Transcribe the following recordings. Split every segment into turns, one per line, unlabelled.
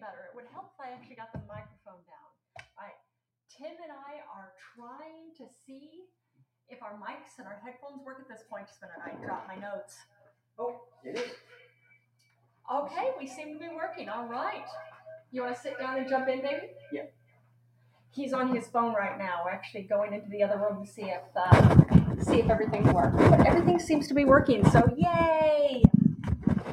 better. It would help if I actually got the microphone down. Right. Tim and I are trying to see if our mics and our headphones work at this point. Just a minute, I dropped my notes.
Oh, it is.
Okay, we seem to be working. All right. You want to sit down and jump in, baby?
Yeah.
He's on his phone right now. We're actually going into the other room to see if uh, see if everything works. But everything seems to be working, so yay!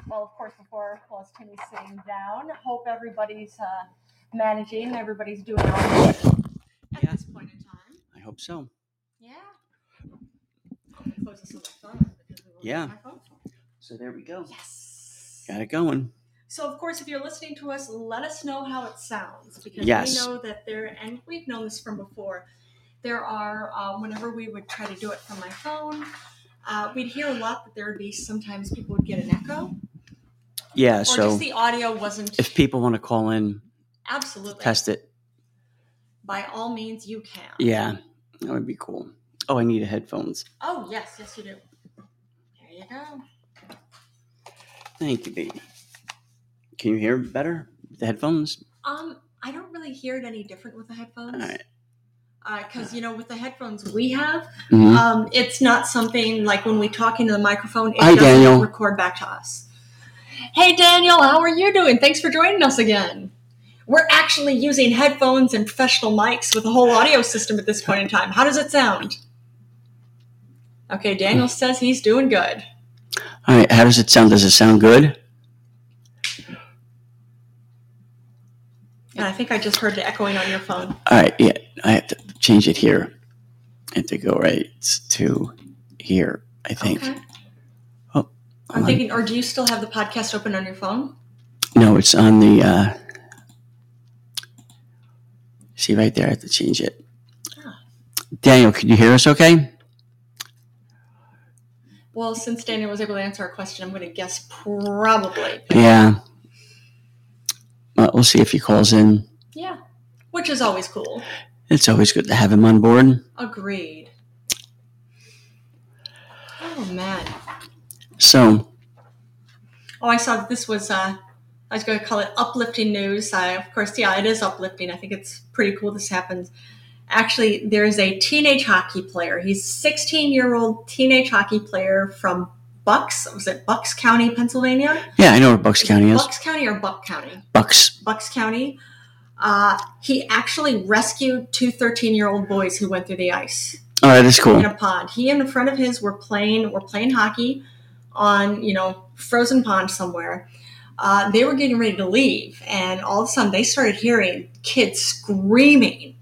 Well, of course, before Plus Tim is sitting down, hope everybody's uh, managing, everybody's doing all right at
Yeah.
this point in time.
I hope so.
Yeah. Close this with my phone because we won't
Yeah.
get my phone.
So there we go.
Yes.
Got it going.
So, of course, if you're listening to us, let us know how it sounds because we
Yes.
know that there, and we've known this from before. There are, uh, whenever we would try to do it from my phone, uh, we'd hear a lot that there would be sometimes people would get an echo,
Yeah.
or
so
just the audio wasn't
if people want to call in,
absolutely.
test it.
By all means, you can.
Yeah, that would be cool. Oh, I need a headphones.
Oh yes, yes you do. There you go.
Thank you, baby. Can you hear better with the headphones?
Um, I don't really hear it any different with the headphones.
All right.
Because you know, with the headphones we have,
Mhm.
um, it's not something like when we talk into the microphone. It
Hi,
doesn't
Daniel.
Record back to us. Hey, Daniel, how are you doing? Thanks for joining us again. We're actually using headphones and professional mics with a whole audio system at this point in time. How does it sound? Okay,
Mm.
Daniel says he's doing good.
All right. How does it sound? Does it sound good?
And I think I just heard the echoing on your phone.
All right. Yeah, I have to change it here. I have to go right to here. I think.
Okay.
Oh,
I'm
on.
thinking, or do you still have the podcast open on your phone?
No, it's on the. Uh, see right there. I have to change it.
Ah.
Daniel, can you hear us? Okay.
Well, since Daniel was able to answer our question, I'm going to guess probably.
Yeah. Well, we'll see if he calls in.
Yeah. Which is always cool.
It's always good to have him on board.
Agreed. Oh, man.
So,
Oh, I saw that this was, uh, I was going to call it uplifting news. I, of course, yeah, it is uplifting. I think it's pretty cool this happens. Actually, there's a teenage hockey player. He's a 16 year old teenage hockey player from Bucks. Was it Bucks County, Pennsylvania?
yeah, I know where Bucks County is.
Bucks County or Buck County?
Bucks.
Bucks County. Uh, he actually rescued two 13 year old boys who went through the ice
All right, that's cool.
in a pond. He and a friend of his were playing were playing hockey on you know frozen pond somewhere. Uh, they were getting ready to leave, and all of a sudden they started hearing kids screaming.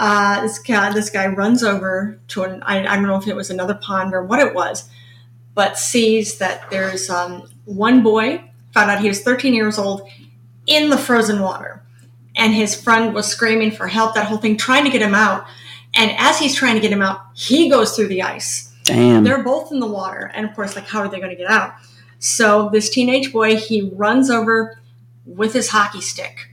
Uh, this guy this guy runs over to an I, I don't know if it was another pond or what it was, but sees that there's um, one boy found out he was 13 years old in the frozen water, and his friend was screaming for help. That whole thing, trying to get him out. And as he's trying to get him out, he goes through the ice.
Damn.
They're both in the water. And of course, like, how are they going to get out? So this teenage boy, he runs over with his hockey stick,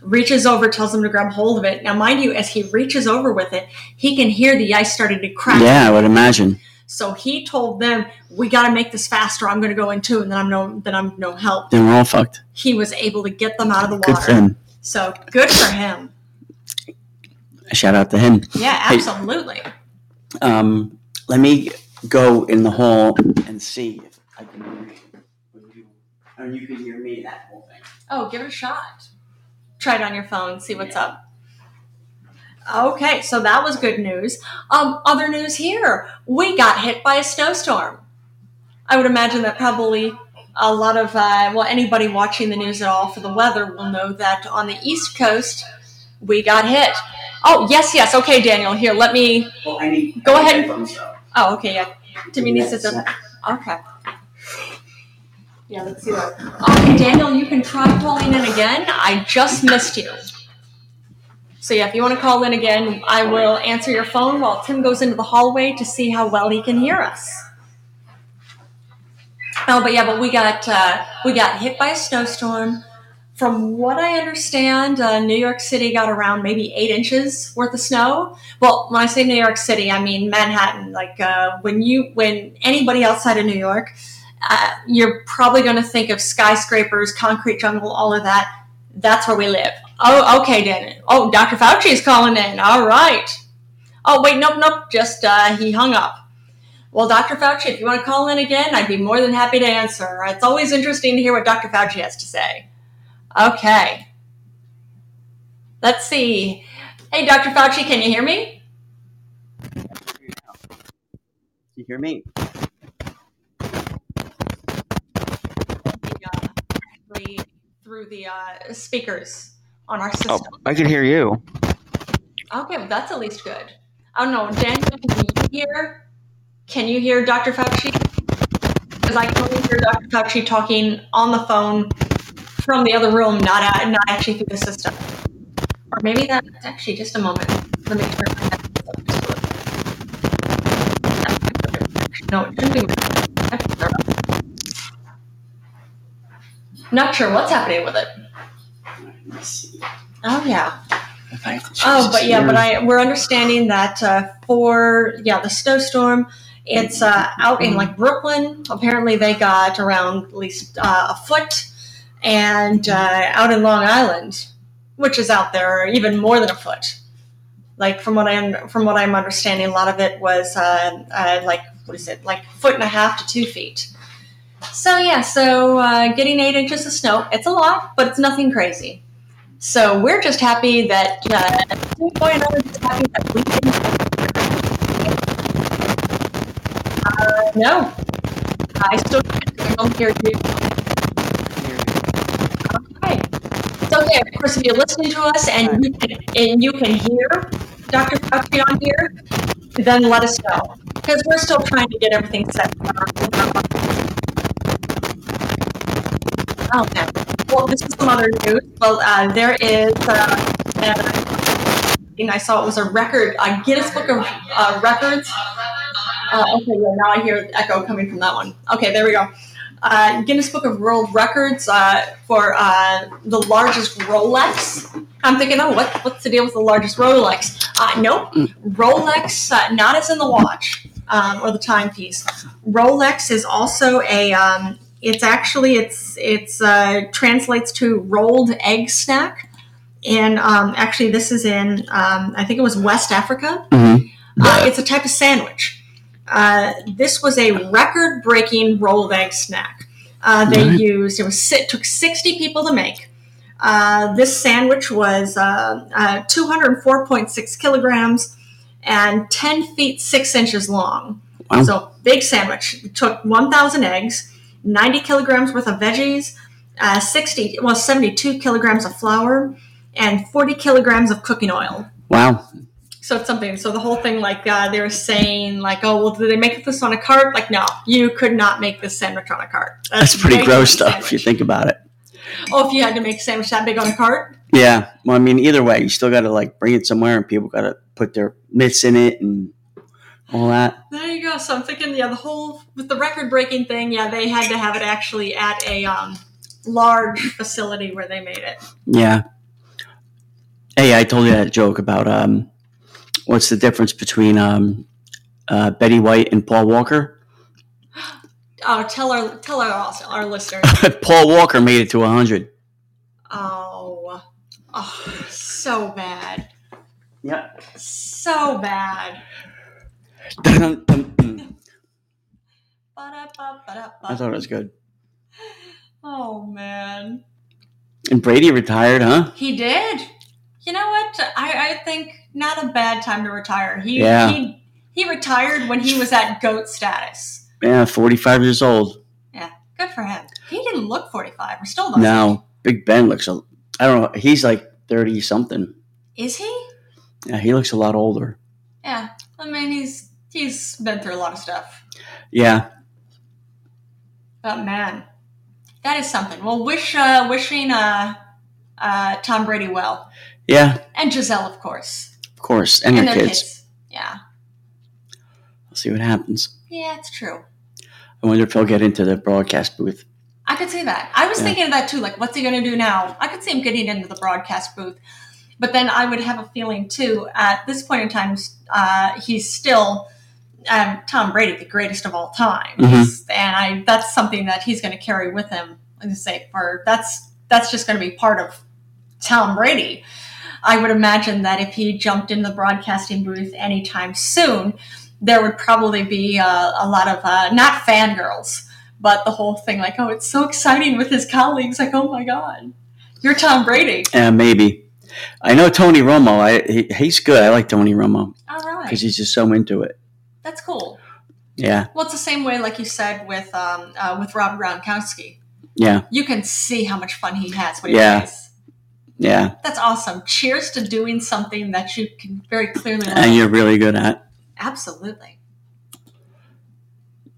reaches over, tells him to grab hold of it. Now, mind you, as he reaches over with it, he can hear the ice starting to crack.
yeah, I would imagine.
So he told them, "We got to make this faster. I'm going to go in too, and then I'm no, then I'm no help."
Then we're all fucked.
He was able to get them out of the
Good
water.
for him.
So good for him.
A shout out to him.
Yeah,
Hey.
absolutely.
Um, let me go in the hall and see if I can hear you. And you can hear me, that whole thing.
Oh, give it a shot. Try it on your phone, see what's up. Okay, so that was good news. Um, other news here we got hit by a snowstorm. I would imagine that probably a lot of, uh, well, anybody watching the news at all for the weather will know that on the East Coast, we got hit. Oh, yes, yes. Okay, Daniel, here, let me.
Well, I need.
Go ahead.
ahead.
Oh, okay, yeah. Timmy needs to. Okay. Yeah, let's see that. Um, Daniel, you can try calling in again. I just missed you. So yeah, if you want to call in again, I will answer your phone while Tim goes into the hallway to see how well he can hear us. Oh, but yeah, but we got uh, we got hit by a snowstorm. From what I understand, uh, New York City got around maybe eight inches worth of snow. Well, when I say New York City, I mean Manhattan. Like uh, when you, when anybody outside of New York, uh, you're probably going to think of skyscrapers, concrete jungle, all of that. That's where we live. Oh, okay, then. Oh, Dr. Fauci is calling in. All right. Oh, wait, nope, nope. Just uh, he hung up. Well, Dr. Fauci, if you want to call in again, I'd be more than happy to answer. It's always interesting to hear what Dr. Fauci has to say. Okay. Let's see. Hey, Dr. Fauci, can you hear me?
You hear me?
The, uh, actually, through the uh, speakers on our
Oh,
system.
I can hear you.
Okay, well, that's at least good. I don't know, Daniel, can you hear? Can you hear Dr. Fauci? Because I can only hear Dr. Fauci talking on the phone from the other room, not at, not actually through the system. Or maybe that's actually just a moment. Let me turn my headphones up just a little bit. No, it shouldn't be. my headphones are up. Not sure what's happening with it.
Let me see
Oh yeah.
if I have to change
Oh, but
this
yeah,
here.
but I we're understanding that uh, for yeah the snowstorm, it's uh, out in like Brooklyn. Apparently, they got around at least uh, a foot, and uh, out in Long Island, which is out there even more than a foot. Like from what I'm from what I'm understanding, a lot of it was uh, uh, like what is it like foot and a half to two feet. So yeah, so uh, getting eight inches of snow, it's a lot, but it's nothing crazy. So we're just happy that uh, Team Boy and I are just happy that we can. Uh, no, I still don't hear you. Okay, it's okay. Of course, if you're listening to us and you can and you can hear Dr. Fauci on here, then let us know because we're still trying to get everything set. for our- Oh man. Well, this is some other news. Well, uh, there is. Uh, an and I saw it was a record, a Guinness Book of uh, Records. Uh, okay, yeah, now I hear the echo coming from that one. Okay, there we go. Uh, Guinness Book of World Records uh, for uh, the largest Rolex. I'm thinking, oh, what, what's the deal with the largest Rolex? Uh, nope, Rolex, uh, not as in the watch um, or the timepiece. Rolex is also a. Um, it's actually it's it's uh, translates to rolled egg snack in um, actually this is in um, i think it was west africa
Mhm.
uh, it's a type of sandwich uh, this was a record breaking rolled egg snack uh, they
Right.
used it was it took 60 people to make uh, this sandwich was uh, uh, 204.6 kilograms and 10 feet 6 inches long
Wow.
so big sandwich it took 1000 eggs 90 kilograms worth of veggies uh, 60 well 72 kilograms of flour and 40 kilograms of cooking oil.
Wow.
So it's something. So the whole thing, like uh, they were saying, like, oh, well, did they make this on a cart? Like, no, you could not make this sandwich on a cart.
That's pretty
way too
gross
big
stuff if you
sandwich.
think about it.
Oh, if you had to make a sandwich that big on a cart?
Yeah. Well, I mean, either way, you still got to like bring it somewhere and people got to put their mitts in it and all that.
There you go. So I'm thinking, yeah, the whole with the record breaking thing, yeah, they had to have it actually at a um, large facility where they made it.
Yeah. Hey, I told you that joke about um, what's the difference between um, uh, Betty White and Paul Walker?
Oh, tell our tell our our listeners.
Paul Walker made it to 100.
Oh, oh, so bad,
Yeah.
so bad.
I
Ba-da-ba-ba-da-ba.
thought it was good.
Oh man,
And Brady retired, huh?
he did. You know what? I, I think not a bad time to retire. He
Yeah.
he he retired when he was at goat status.
Yeah, 45 years old.
Good for him. He didn't look forty five. Or still doesn't.
Now, Big Ben looks, a, I don't know, he's like 30 something.
Is he?
Yeah, he looks a lot older.
Yeah. I mean, he's he's been through a lot of stuff.
Yeah.
But man, that is something. Well, wish uh, wishing uh, uh, Tom Brady well,
Yeah,
and Giselle, of course,
of course. And,
and
their kids.
Yeah.
We'll see what happens.
Yeah, it's true.
I wonder if he'll get into the broadcast booth.
I could see that. I was
Yeah.
thinking of that too. Like, what's he going to do now? I could see him getting into the broadcast booth. But then I would have a feeling too, at this point in time, uh, he's still um, Tom Brady, the greatest of all time. And I, that's something that he's going to carry with him, like I say, for that's, that's just going to be part of Tom Brady. I would imagine that if he jumped in the broadcasting booth anytime soon, there would probably be uh, a lot of uh, not fangirls, but the whole thing like, oh, it's so exciting with his colleagues. Like, oh my God, you're Tom Brady.
Uh, maybe. I know Tony Romo. I he, he's good. I like Tony Romo
All right.
because he's just so into it.
That's cool.
Yeah,
Well, it's the same way, like you said, with um, uh, with Rob Gronkowski.
yeah,
You can see how much fun he has when he
Yeah.
plays.
yeah.
That's awesome. Cheers to doing something that you can very clearly love.
And you're really good at.
Absolutely.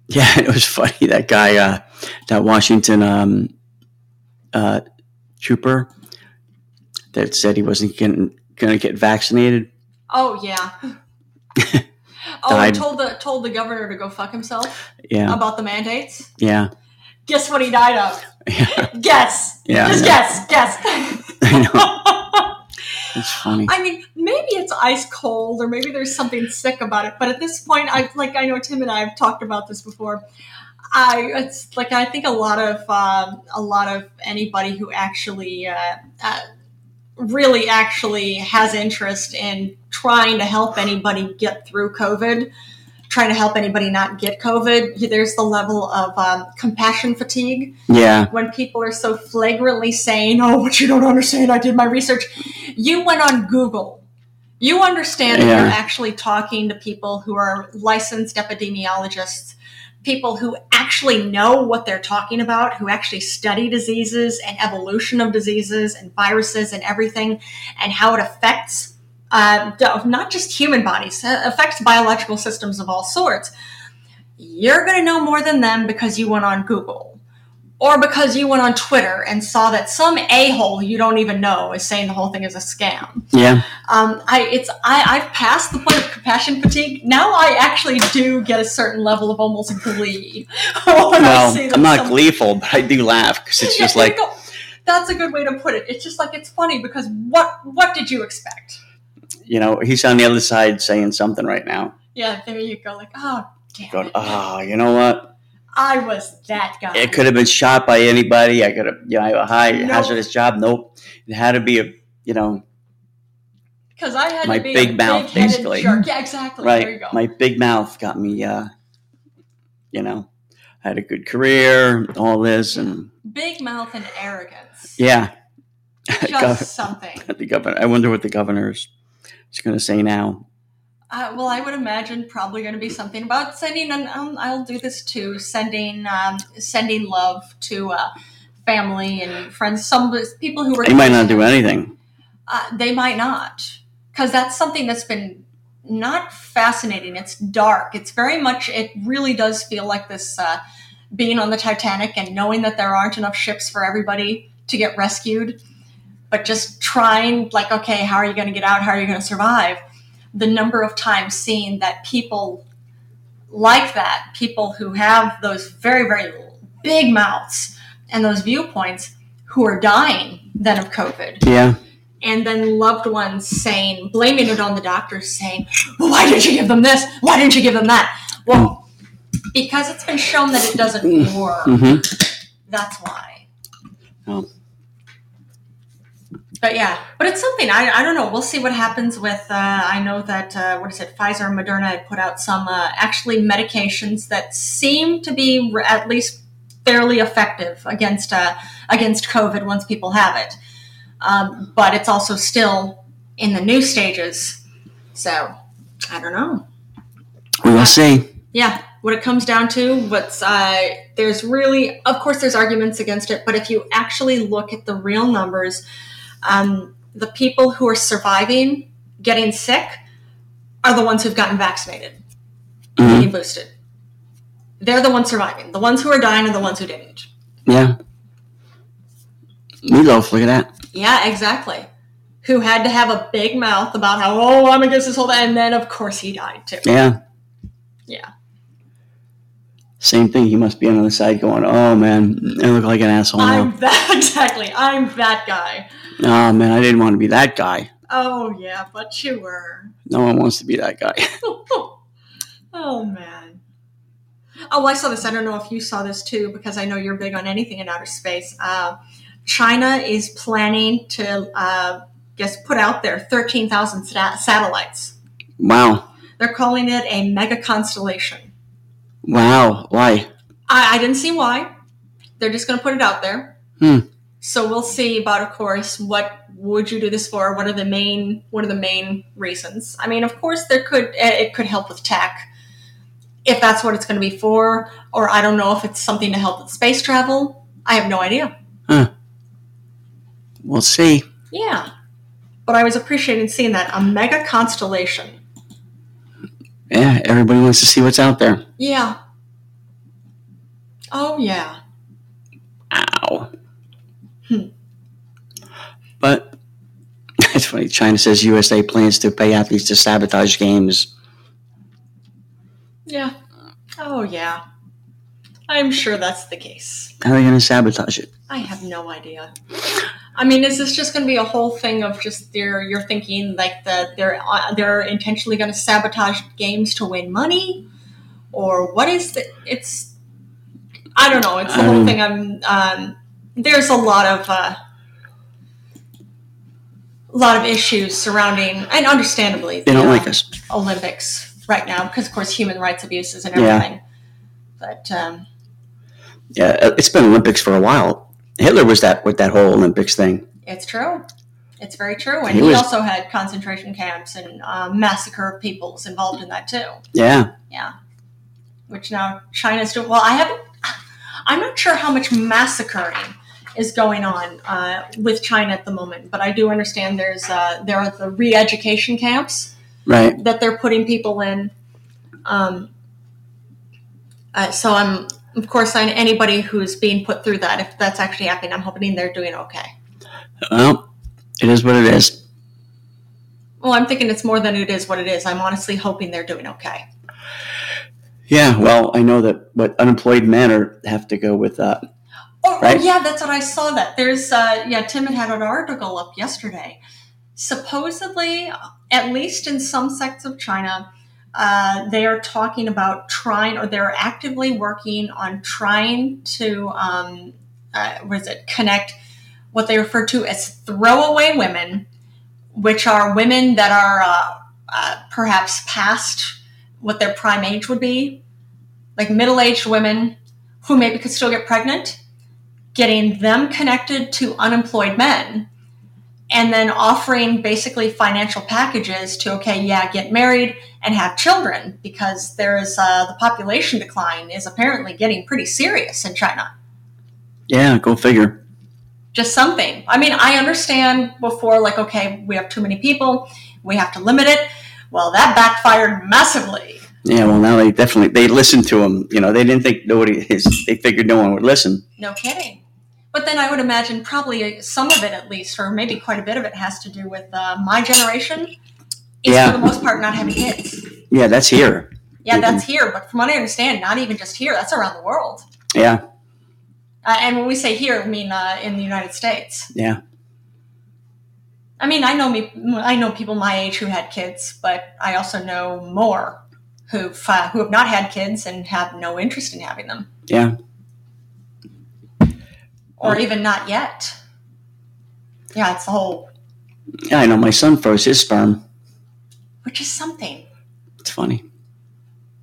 Yeah, it was funny. That guy, uh, that Washington um, uh, trooper that said he wasn't going to get vaccinated.
Oh yeah. oh, he
Died.
told the told the governor to go fuck himself
Yeah,
about the mandates.
yeah,
Guess what he died of?
yeah,
Guess.
yeah.
Just
I know.
guess. Guess.
I know. It's funny.
I mean, maybe it's ice cold, or maybe there's something sick about it. But at this point, I like I know Tim and I have talked about this before. I it's like I think a lot of um, a lot of anybody who actually uh, uh, really actually has interest in trying to help anybody get through COVID, trying to help anybody not get COVID. There's the level of um, compassion fatigue
Yeah,
when people are so flagrantly saying, "Oh, but you don't understand. I did my research." You went on Google. You understand that you're
Yeah.
actually talking to people who are licensed epidemiologists, people who actually know what they're talking about, who actually study diseases and evolution of diseases and viruses and everything, and how it affects uh, d- not just human bodies, uh, affects biological systems of all sorts. You're going to know more than them because you went on Google or because you went on Twitter and saw that some a hole you don't even know is saying the whole thing is a scam.
yeah,
Um, I it's I I've passed the point of compassion fatigue. Now I actually do get a certain level of almost glee. when I
well,
see that
I'm not
some-
gleeful, but I do laugh because it's
Yeah,
just
there you go.
like,
that's a good way to put it. It's just like it's funny because what what did you expect?
you know, he's on the other side saying something right now.
Yeah, there you go. Like oh damn,
Going,
it.
oh, you know what?
I was that guy.
It could have been shot by anybody. I could have, you know, I have a high
Nope.
hazardous job. Nope. It had to be a, you know,
because I had
my
to be
big
a
mouth,
big-headed
basically.
jerk. Yeah, exactly. There you
right.
go.
My big mouth got me, uh, you know, I had a good career, all this, and
big mouth and arrogance.
yeah, Go-
just something.
the governor. I wonder what the governor's is going to say now.
Uh, well, I would imagine probably going to be something about sending, and um, I'll do this too, sending um, sending love to uh, family and friends, some people who were.
He might not do anything.
Uh, they might not, because that's something that's been not fascinating. It's dark. It's very much. It really does feel like this uh, being on the Titanic and knowing that there aren't enough ships for everybody to get rescued, but just trying, like, okay, how are you going to get out? How are you going to survive? The number of times seeing that people like that, people who have those very, very big mouths and those viewpoints, who are dying then of COVID
Yeah.
and then loved ones saying, blaming it on the doctors, saying, well, "Why didn't you give them this? Why didn't you give them that?" Well, because it's been shown that it doesn't work.
hmm
That's why.
Oh.
But yeah, but it's something. I, I don't know. We'll see what happens with. Uh, I know that uh, what is it? Pfizer and Moderna had put out some uh, actually medications that seem to be re- at least fairly effective against uh, against COVID once people have it. Um, but it's also still in the new stages. So I don't know
We will see.
yeah what it comes down to what's uh, there's really of course there's arguments against it but if you actually look at the real numbers um, the people who are surviving getting sick are the ones who've gotten vaccinated
Mhm.
getting boosted they're the ones surviving the ones who are dying are the ones who didn't
Yeah. Meatloaf, look at that.
yeah exactly who had to have a big mouth about how oh i'm against this whole thing and then of course he died too
Yeah.
Yeah.
Same thing. He must be on the other side going, oh, man, I look like an asshole now.
i'm that exactly i'm that guy
Oh, man, I didn't want to be that guy.
oh yeah but you were
No one wants to be that guy.
oh man. Oh, I saw this. I don't know if you saw this too, because I know you're big on anything in outer space. Uh, China is planning to uh, just put out there 13,000 sat- satellites.
Wow.
They're calling it a mega constellation.
Wow. Why?
I, I didn't see why. They're just going to put it out there.
Hmm.
So we'll see about, of course, what would you do this for? What are the main What are the main reasons? I mean, of course, there could eh, it could help with tech, if that's what it's going to be for, or I don't know if it's something to help with space travel. I have no idea.
We'll see.
Yeah. But I was appreciating seeing that a mega constellation.
Yeah, everybody wants to see what's out there.
Yeah. Oh yeah.
Ow.
Hmm.
But it's funny. China says USA plans to pay athletes to sabotage games.
Yeah. Oh yeah. I'm sure that's the case.
How are they going to sabotage it?
I have no idea. I mean, is this just going to be a whole thing of just they're you're thinking like that they're uh, they're intentionally going to sabotage games to win money, or what is the, it's? I don't know. It's the whole
Um,
thing. I'm um, there's a lot of uh, lot of issues surrounding and understandably
They don't
the uh,
like us.
Olympics right now because of course human rights abuses and
Yeah.
everything. But um,
Yeah, uh, it's been Olympics for a while. Hitler was that with that whole Olympics thing.
It's true. It's very true. And
He
he,
was-
also had concentration camps and uh, massacre of peoples involved in that too,
Yeah,
which now China's doing. Well, I haven't, I'm not sure how much massacring is going on uh, with China at the moment, but I do understand there's uh, there are the re education camps
right.
that they're putting people in. Um, uh, so I'm, of course, on anybody who's being put through that, if that's actually happening, I'm hoping they're doing okay.
Well, it is what it is.
Well, I'm thinking it's more than it is what it is. I'm honestly hoping they're doing okay.
Yeah. Well, I know that what unemployed men are have to go with uh,
Oh,
Right.
oh yeah, that's what I saw. That there's uh, yeah, Tim had had an article up yesterday. Supposedly, at least in some sects of China, uh, they are talking about trying, or they're actively working on trying to um, uh, what is it connect what they refer to as throwaway women, which are women that are uh, uh, perhaps past what their prime age would be, like middle aged women who maybe could still get pregnant, getting them connected to unemployed men, and then offering basically financial packages to, okay, yeah, get married and have children because there is uh, the population decline is apparently getting pretty serious in China
yeah, go figure.
just something. I mean, I understand before, like, okay, we have too many people, we have to limit it. Well, that backfired massively.
Yeah. Well, now they definitely they listened to him. You know, they didn't think nobody is. They figured no one would listen.
No kidding. But then I would imagine probably some of it, at least, or maybe quite a bit of it, has to do with uh, my generation is
Yeah.
for the most part not having kids.
Yeah, that's here.
Yeah,
Mhm.
that's here. But from what I understand, not even just here, that's around the world.
Yeah.
Uh, and when we say here, I mean uh, in the United States.
Yeah.
I mean, I know me, I know people my age who had kids, but I also know more who uh, who have not had kids and have no interest in having them,
Yeah.
or
Mm.
even not yet. Yeah, it's the whole,
Yeah. I know. My son froze his sperm.
which is something
It's funny.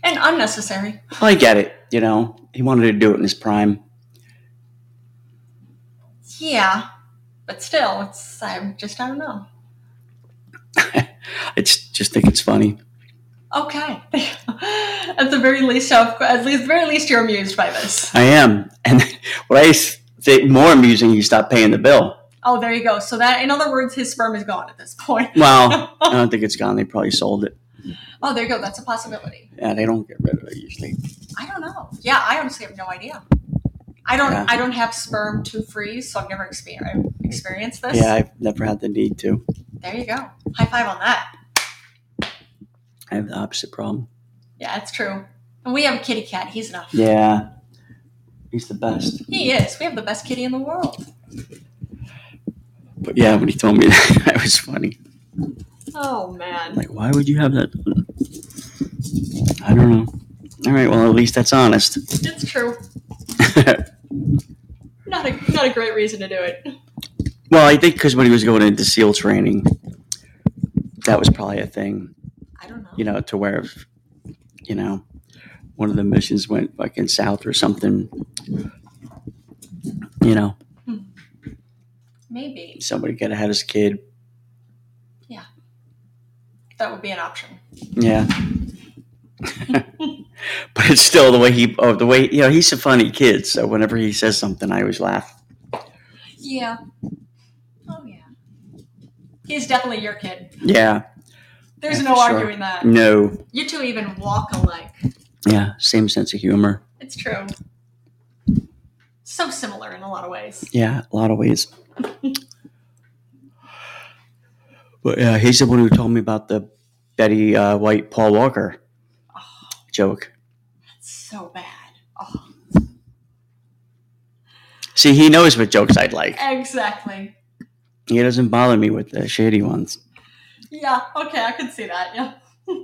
and unnecessary.
I get it. You know, he wanted to do it in his prime.
Yeah, but still, it's I just I don't know.
I just just think it's funny.
Okay, at the very least, I've- at least very least, you're amused by this.
I am. And what I think more amusing, you stop paying the bill.
Oh, there you go. So that, in other words, his sperm is gone at this point.
Well, I don't think it's gone. They probably sold it.
Oh, there you go. That's a possibility.
Yeah, they don't get rid of it usually.
I don't know. Yeah, I honestly have no idea. I don't.
Yeah.
I don't have sperm to freeze, so I've never experienced experienced this.
Yeah, I've never had the need to.
There you go. High five on that.
I have the opposite problem.
Yeah, that's true. And we have a kitty cat. He's enough.
Yeah, he's the best.
He is. We have the best kitty in the world.
But yeah, when he told me that, that was funny.
Oh man.
Like, why would you have that? I don't know. All right, well, at least that's honest.
It's true. Not not a not a great reason to do it.
Well, I think because when he was going into SEAL training, that was probably a thing,
I don't know.
you know, to where, if, you know, one of the missions went fucking south or something. You know,
Maybe
somebody could have had his kid.
that would be an option.
Yeah. but it's still the way he, oh, the way, you know, he's a funny kid. So whenever he says something, I always laugh.
Yeah. Oh yeah. He's definitely your kid.
Yeah.
There's
Yeah,
no
for sure. Mm.
arguing that.
No.
You two even walk alike.
Yeah. Same sense of humor.
It's true. So similar in a lot of ways.
Yeah, a lot of ways. but yeah, he's the one who told me about the Betty uh, White Paul Walker
Oh,
joke.
that's so bad. Oh,
See, he knows what jokes I'd like.
exactly.
He doesn't bother me with the shady ones.
Yeah. Okay, I can see that. Yeah.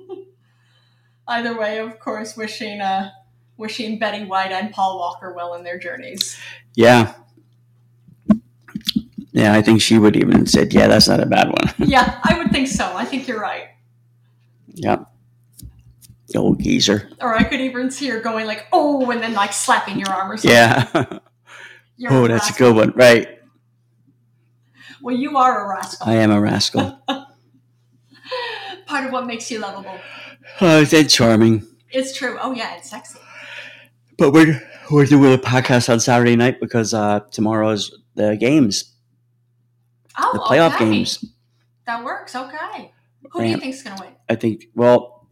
Either way, of course, wishing uh, wishing Betty White and Paul Walker well in their journeys.
Yeah. Yeah, I think she would even said, "Yeah, that's not a bad one."
yeah, I would think so. I think you're right.
yeah. The old geezer.
Or I could even see her going like, oh, and then like slapping your arm or something.
Yeah.
You're
oh, that's a
rascal.
good one. Right.
Well, you are a rascal.
I am a rascal.
Part of what makes you lovable.
Oh, they're charming.
It's true. Oh yeah, it's sexy.
But we're we're doing a podcast on Saturday night because uh, tomorrow's the games,
Oh,
the playoff
okay.
games.
That works. Okay. Who do you
Ram-
think's gonna win?
I think. Well,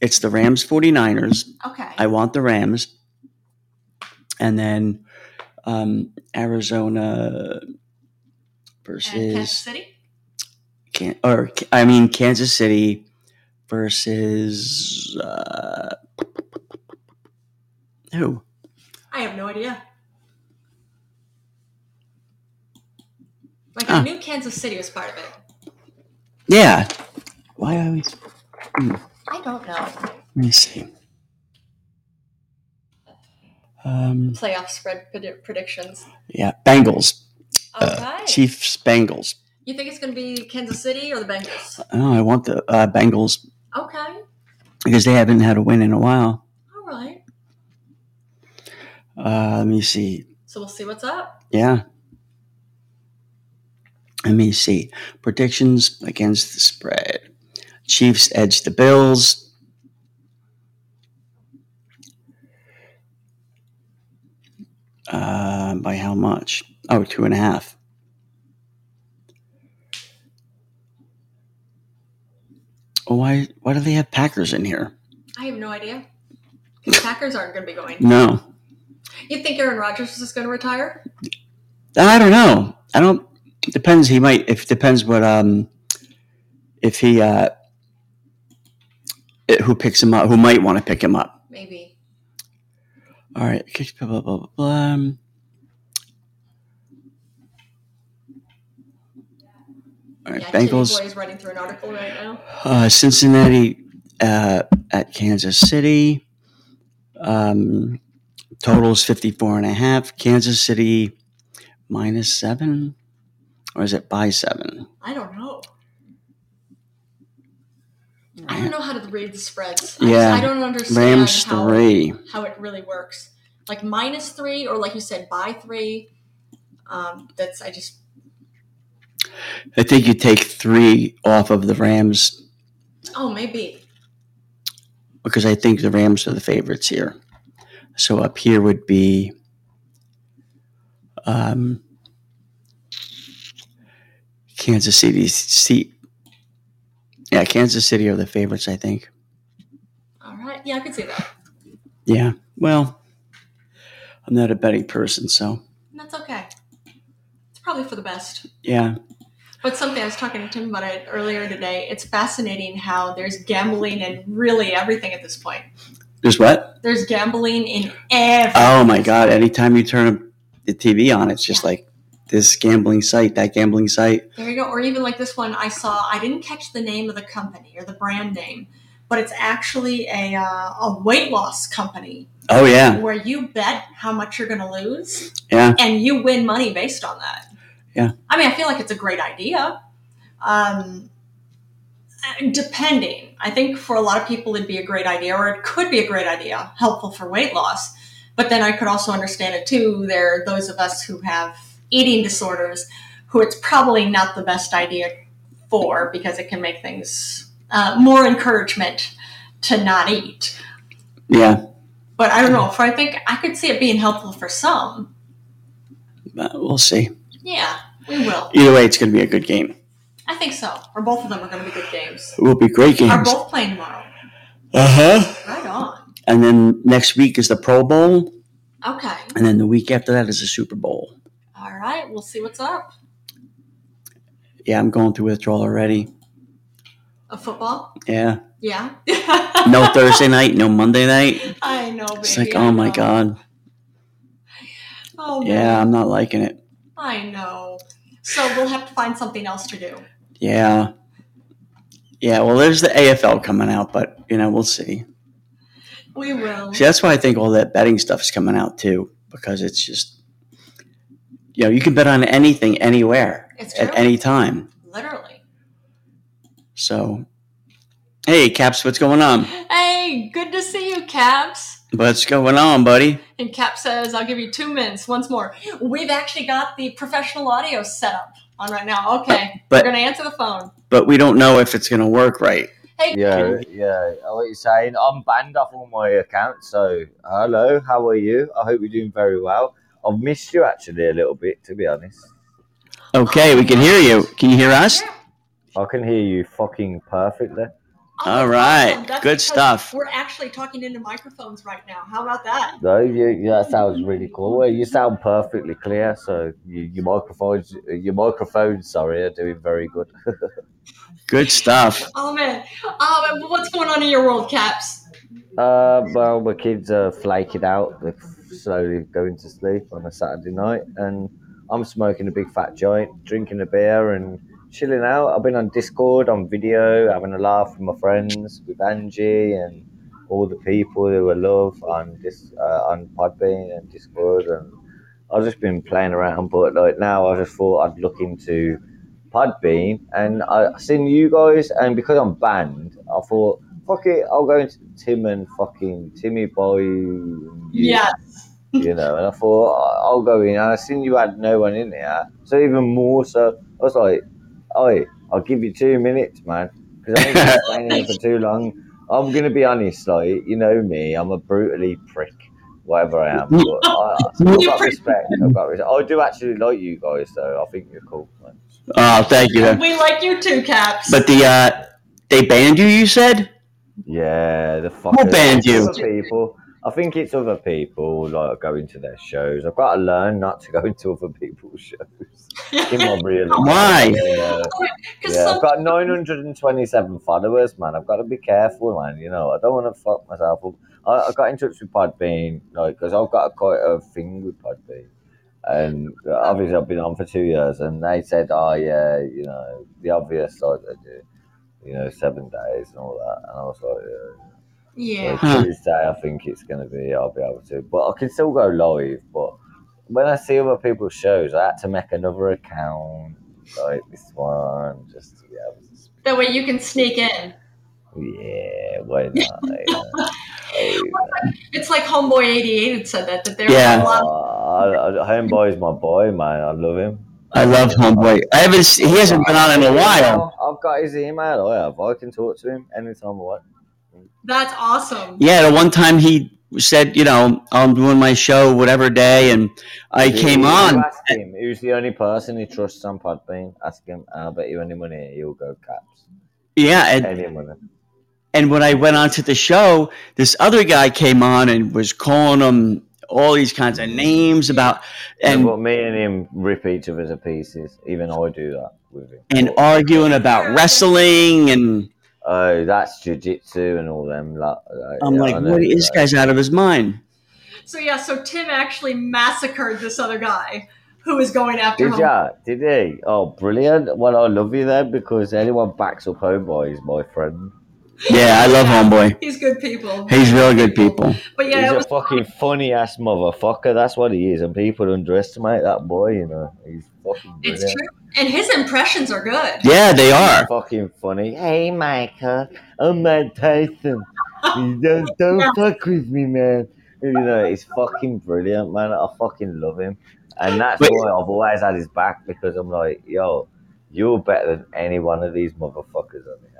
it's the Rams 49ers.
Okay.
I want the Rams, and then um, Arizona
and Kansas
versus
City.
can, or I mean Kansas City versus uh, who?
I have no idea. Like
Ah.
I knew Kansas City was part of it.
Yeah. Why are we?
I don't know.
Let me see. Um,
Playoff spread predi- predictions.
yeah, Bengals,
Okay.
Uh, Chiefs, Bengals.
you think it's gonna be Kansas City or the Bengals?
Oh, I want the uh, Bengals
Okay.
because they haven't had a win in a while.
All right.
Uh, let me see.
So we'll see what's up.
Yeah. Let me see. Predictions against the spread. Chiefs edge the Bills. Uh, by how much? Oh, two and a half. Oh, why? Why do they have Packers in here?
I have no idea. 'Cause Packers aren't gonna be going.
No,
You think Aaron Rodgers is gonna retire?
I don't know. I don't. Depends. He might. If depends what. Um. If he. Uh. it- Who picks him up? Who might want to pick him up?
Maybe.
All right. kicks- Blah blah blah blah. blah. Um, All right.
Yeah,
Bengals.
Boy is running through an article right now.
Uh, Cincinnati uh, at Kansas City. Um, totals 54 and a half. Kansas City minus seven. Or is it by seven?
I don't know. I don't know how to read the spreads.
Yeah.
I, just, I don't understand
Rams
how,
three.
how it really works. Like minus three, or like you said, by three. Um, that's I just
I think you take three off of the Rams
oh maybe
because I think the Rams are the favorites here. So up here would be um, Kansas City. seat. Yeah, Kansas City are the favorites, I think.
all right yeah I could see that
Yeah. Well, I'm not a betting person, so
And that's okay. It's probably for the best.
yeah.
But something I was talking to Tim about it earlier today. It's fascinating how there's gambling and really everything at this point.
There's what?
There's gambling in everything.
Oh my God. Anytime you turn the TV on, it's just
Yeah.
like this gambling site, that gambling site.
There you go. Or even like this one I saw, I didn't catch the name of the company or the brand name, but it's actually a, uh, a weight loss company
Oh yeah,
where you bet how much you're going to lose
yeah.
and you win money based on that.
Yeah.
I mean, I feel like it's a great idea. Um, depending, I think for a lot of people it'd be a great idea, or it could be a great idea, helpful for weight loss. But then I could also understand it too. There are those of us who have eating disorders who it's probably not the best idea for because it can make things uh, more encouragement to not eat
Yeah.
but I don't know. For I think I could see it being helpful for some.
But we'll see.
Yeah, we will.
Either way, it's going to be a good game.
I think so. Or both of them are going to be good games.
It will be great
Are
games.
both playing tomorrow?
Uh huh.
Right on.
And then next week is the Pro Bowl,
Okay.
and then the week after that is the Super Bowl.
All right. We'll see what's up.
Yeah, I'm going through withdrawal already.
A football?
Yeah.
Yeah.
No Thursday night, no Monday night.
I know, baby.
It's like,
I
oh my
know.
God.
Oh,
Yeah, I'm not liking it.
I know. So we'll have to find something else to do.
Yeah. Yeah, well, there's the AFL coming out, but, you know, we'll see.
We will.
See, that's why I think all that betting stuff is coming out too, because it's just, you know, you can bet on anything, anywhere,
It's true.
at any time.
Literally.
So, hey, Caps, what's going on?
Hey, good to see you, Caps.
What's going on, buddy?
And Cap says, I'll give you two minutes once more. We've actually got the professional audio set up on right now. Okay.
But-
We're going to answer the phone.
But we don't know if it's going to work right.
Hey,
Yeah, yeah. Like you're saying, I'm banned off all my accounts. So, hello, how are you? I hope you're doing very well. I've missed you actually a little bit, to be honest.
Okay, we can hear you. Can you hear us?
I can hear you fucking perfectly.
All right.
That's
Good
because
stuff.
We're actually talking into microphones right now. How about that?
No, you, you- that sounds really cool. Well, you sound perfectly clear. So, you, your microphones, your microphones, sorry, are doing very good.
Good stuff.
Oh, man. Um, what's going on in your world, Caps?
Uh, well, my kids are flaking out. They're slowly going to sleep on a Saturday night, and I'm smoking a big fat joint, drinking a beer, and chilling out. I've been on Discord, on video, having a laugh with my friends, with Angie, and all the people who I love on this uh, on Podbean and Discord, and I've just been playing around. But like now, I just thought I'd look into Podbean, and I I seen you guys, and because I'm banned, I thought fuck it, I'll go into Tim and fucking Timmy Boy. you-
Yeah.
You know, and I thought, "I- I'll go in. And I seen you had no one in there. So even more so, I was like, oi, I'll give you two minutes, man. Because I ain't been playing here for too long. I'm going to be honest, like, you know me, I'm a brutally prick, whatever I am. But I, I've
Mm. You
got
prick.
respect. I've got respect. I do actually like you guys, though. I think you're cool, man.
Oh, thank you.
We like you too, Caps.
But the uh, they banned you. You said
Yeah, the fucking
banned
It's
you?
Other people. I think it's other people like going to their shows. I've got to learn not to go into other people's shows in my real life.
Why?
Yeah,
Because
yeah,
Oh, some
I've got 927 followers, man. I've got to be careful, man. You know, I don't want to fuck myself up. I, I got in touch with Podbean, like, because I've got a, quite a thing with Podbean. And uh, obviously, I've been on for two years, and they said, oh, yeah, you know, the obvious, like, they do, you know, seven days and all that. And I was like, yeah.
yeah.
Like
Huh.
Tuesday, I think it's going to be. I'll be able to, but I can still go live. But when I see other people's shows, I had to make another account, like this one, just to be able to. Speak.
That way you can sneak in.
Yeah, why not? uh, Yeah.
It's like Homeboy 88 had said that, that there
Yeah.
were a lot of
Uh, I- I- Homeboy's my boy, man. I love him.
I love homeboy. I haven't. s- He hasn't been on in a while.
I've got his email. I have. I can talk to him anytime I want.
That's awesome.
Yeah, the one time he said, you know, I'm doing my show whatever day, and I came
You
on.
Ask him. Who's the only person he trusts on Podbean? Ask him. and I'll bet you any money he'll go caps.
Yeah, and
Any money.
And when I went on to the show, this other guy came on and was calling him all these kinds of names about
And
and
but me and him rip each other to pieces. Even I do that with him.
and arguing about wrestling and
oh, that's jujitsu and all them. Like, like,
I'm
yeah, I
like,
know,
what this
like,
guy's out of his mind.
So yeah, so Tim actually massacred this other guy who was going after
Did
him.
ya? Did he? Oh, brilliant! Well, I love you then because anyone backs up homeboy is my friend.
Yeah, I love Homeboy.
He's good people.
He's real good people.
But yeah,
He's
it
a
was
fucking funny ass motherfucker. That's what he is, and people underestimate that boy. You know, he's fucking.
it's
brilliant.
true. And his impressions are good.
Yeah, they are.
Fucking funny. Hey, Michael. I'm Matt Tyson. You don't don't fuck with me, man. You know, he's fucking brilliant, man. I fucking love him. And that's
Wait.
why I've always had his back because I'm like, yo, you're better than any one of these motherfuckers on here.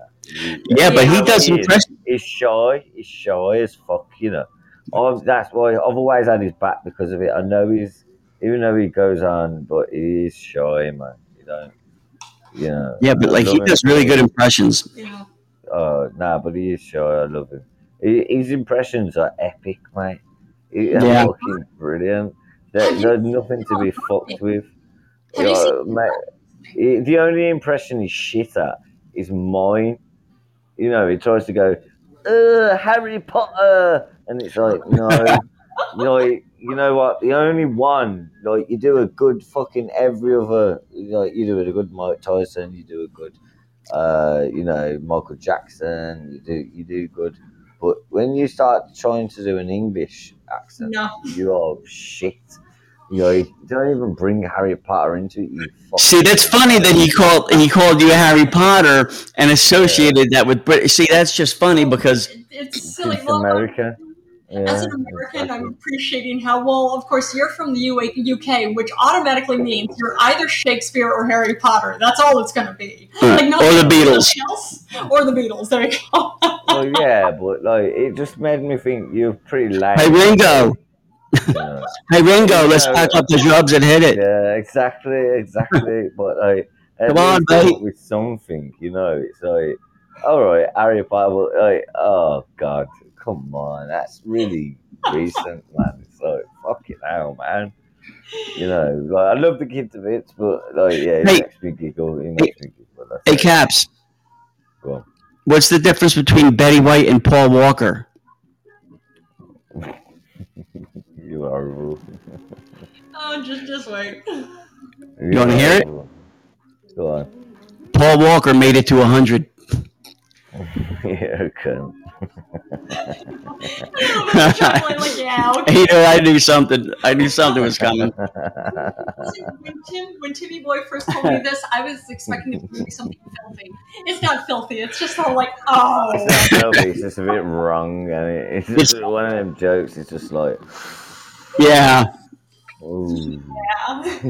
Yeah, but he
Yeah.
does impress.
He's shy. He's shy as fuck, you know. I've, that's why I've always had his back because of it. I know he's, even though he goes on, but he's shy, man. You don't, you know.
Yeah, but
I
like he
love him.
does really good impressions.
Yeah.
Uh, nah, but he is shy. I love him. He, his impressions are epic, mate. He, they're
Yeah.
fucking brilliant. They're, they're nothing to be fucked with.
Have you
Yeah,
seen-
mate, he- the only impression he's shit at is mine. You know, he tries to go, Ugh, Harry Potter, and it's like, no, no. You know what? The only one, like, you do a good fucking every other, like, you do a good Mike Tyson, you do a good uh, you know, Michael Jackson, you do you do good. But when you start trying to do an English accent,
No.
you are shit. You know, you don't even bring Harry Potter into it. You fuck.
See, that's funny that he called he called you Harry Potter and associated that with Brit. See, that's just funny because
It- it's silly.
It's
Well,
America. Yeah,
As an American, I'm
exactly.
appreciating how well, of course, you're from the UA UK, which automatically means you're either Shakespeare or Harry Potter. That's all it's going to be.
uh,
Like,
or the
nothing
Beatles.
else. Or the Beatles. There you go.
well, yeah, but like, it just made me think you're pretty lame.
Hey Ringo,
you know.
hey Ringo, let's pack up the jobs and hit it.
Yeah, exactly, exactly. but like, at
Come on,
least come
mate.
up with something, you know. It's like, all right, Harry Bible. Like, oh god, come on, that's really recent, man. It's like, fucking hell, man. You know, like I love the kid to bits, but like, yeah, it
Hey.
makes me giggle. It makes me giggle. That's
Hey
it.
Caps,
Go on.
what's the difference between Betty White and Paul Walker?
You are horrible.
Oh, just, just wait.
You
wanna
are
hear it?
horrible. Go on.
Paul Walker made it to hundred.
yeah, okay.
Chuckling, like, yeah, okay.
Either I knew something. I knew something was coming.
When, Tim, when Timmy Boy first told me this, I was expecting it to be something filthy. It's not filthy. It's just all like, oh.
It's not healthy, it's just a bit wrong, and it, it's just one of them jokes. It's just like,
Yeah.
ooh,
Yeah.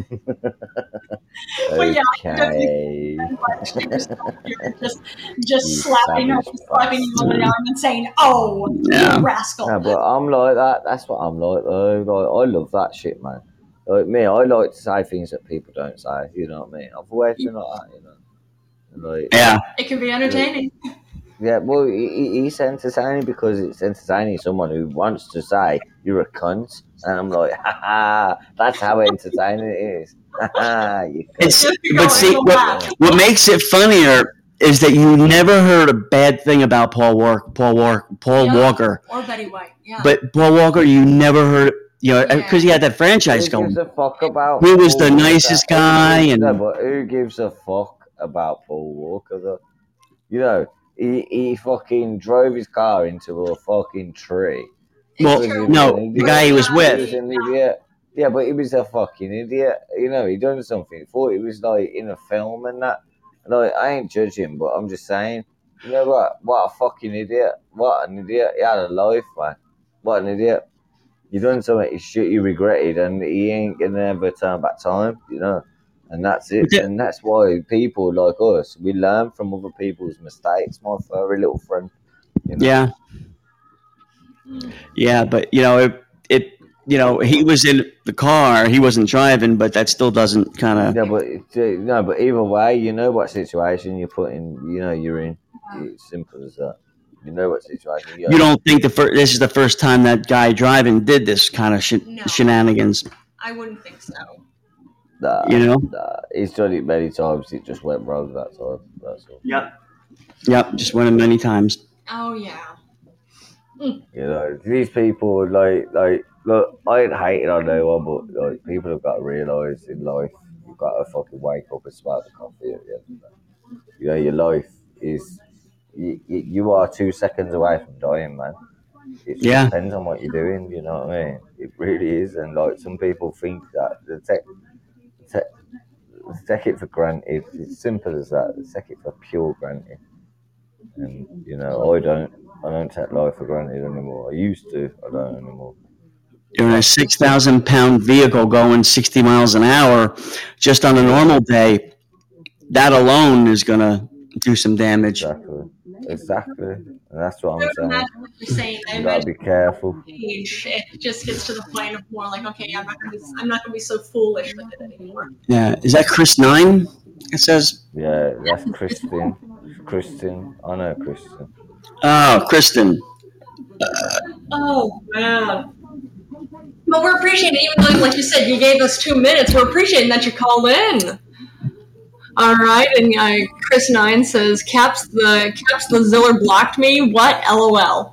Well, yeah, I
okay.
Just, just
You
slapping her,
savage
slapping you on the arm, and saying, "Oh,
Yeah.
you rascal!"
No, but I'm like that. That's what I'm like. Though. Like, I love that shit, man. Like me, I like to say things that people don't say. You know what I mean? I've always been like that. You know, like
Yeah.
It can be entertaining.
yeah. Well, it, it, it's entertaining because it's entertaining someone who wants to say you're a cunt, and I'm like, ha ha. That's how entertaining it is. Ha ha. You cunt.
It's
Just go
but see
and
what,
laugh.
what makes it funnier is that you never heard a bad thing about Paul Walker. Paul Walker. Paul
Yeah.
Walker.
Or Betty White, yeah.
But Paul Walker, you never heard. You know, because he had that franchise
Who gives
going.
a fuck about
Who was the
Walker?
nicest guy and-
no, but who gives a fuck about Paul Walker though? You know, he, he fucking drove his car into a fucking tree.
Well,
It's true.
no, the guy he was
He
with.
was an idiot. Yeah, but he was a fucking idiot. You know, he done something. Thought he was like in a film and that. Like, I ain't judging, but I'm just saying. You know what? What a fucking idiot! What an idiot! He had a life, man. What an idiot! you done something shit you regretted, and he ain't gonna ever turn back time, you know. And that's it.
Okay.
And that's why people like us, we learn from other people's mistakes, my furry little friend. You know?
Yeah. Yeah, but you know it. It you know he was in the car. He wasn't driving, but that still doesn't kind of.
Yeah, but it- uh, no, but either way, you know what situation you're put in. You know you're in. It's simple as that. You know what situation you're
You don't think the first this is the first time that guy driving did this kind of sh-
No.
shenanigans?
I wouldn't think so.
Nah,
You know.
nah. He's done it many times. It just went wrong that time. That's all.
Yep. Yep. Just won him many times.
Oh yeah.
You know, these people like like look, I ain't hating on no one, but like people have got to realise in life you've got to fucking wake up and smell the coffee at the end of the day. You know, your life is you, you are two seconds away from dying, man. It
Yeah.
depends on what you're doing. You know what I mean? It really is. And like some people think that the tech, tech, take it for granted. It's simple as that. They take it for pure granted. And you know, I don't. I don't take life for granted anymore. I used to. I don't anymore.
You're in a 6,000 pound vehicle going 60 miles an hour just on a normal day. That alone is going to do some damage.
Exactly. Exactly. And that's what
I
I'm
would
saying.
imagine what you're saying. I
Oh, You gotta
imagine
be careful.
age, it just gets to the point of more like, okay, I'm not gonna be, I'm not gonna be so foolish with it anymore.
Yeah. Is that Chris Nine? It says,
Yeah, that's Christian. Christian. I know Christian.
oh, Kristen.
Oh wow. But we're appreciating, even though, like you said, you gave us two minutes. We're appreciating that you called in. All right, and uh, Chris Nine says, "Caps the Caps the Ziller blocked me. What? LOL."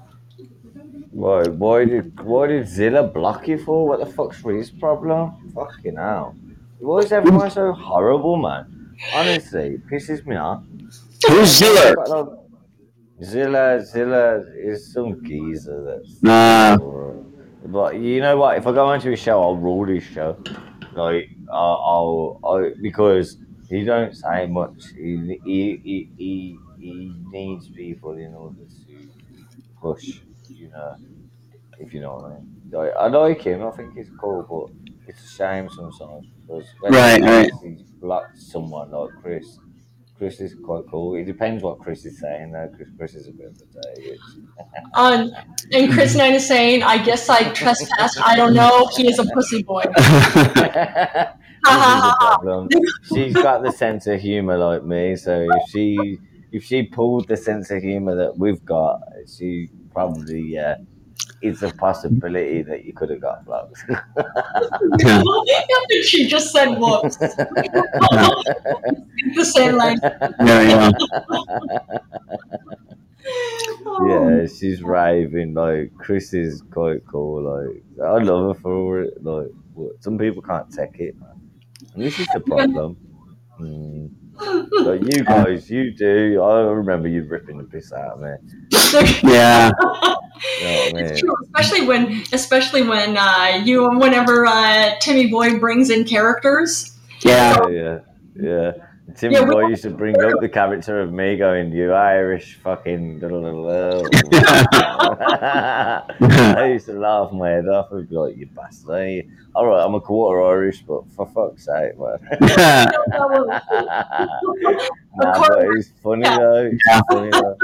Why? Why did Why did Zilla block you for? What the fuck's for his problem? Fucking hell! Why is everyone so horrible, man? Honestly, it pisses me off.
Who's Ziller?
Zilla, Zilla is some geezer that's
Nah.
But you know what? If I go onto his show, I'll rule his show. Like I'll, I'll, i because he don't say much. He he, he, he he needs people in order to push. You know, if you know what I mean. Like, I like him. I think he's cool, but it's a shame sometimes because when
Right,
he-
right.
he's blocked someone like Chris. Chris is quite cool. It depends what Chris is saying though, because Chris is a bit of a day.
Um, and Chris Nine is saying, "I guess I trespassed. I don't know. He is a pussy boy."
This is a problem. She's got the sense of humor like me, so if she if she pulled the sense of humor that we've got, she probably yeah, it's a possibility that you could have got blocked.
she just said whoops. the same line.
There you go.
Oh.
yeah, she's raving like Chris is quite cool. Like I love her for all it. Like but some people can't take it, man. and this is the problem. Mm. Like you guys, you do. I remember you ripping the piss out of me.
Yeah.
You know what I mean?
It's true, especially when, especially when uh, you, whenever uh, Timmy Boy brings in characters.
Yeah.
yeah, yeah. yeah. Tim
Yeah, we-
Boy used to bring up the character of me going, "You Irish fucking." da, da, da, da." I used to laugh my head off and be like, "You bastard!" eh? All right, I'm a quarter Irish, but for fuck's sake, man. nah, but it's funny
Yeah.
though. It's funny though.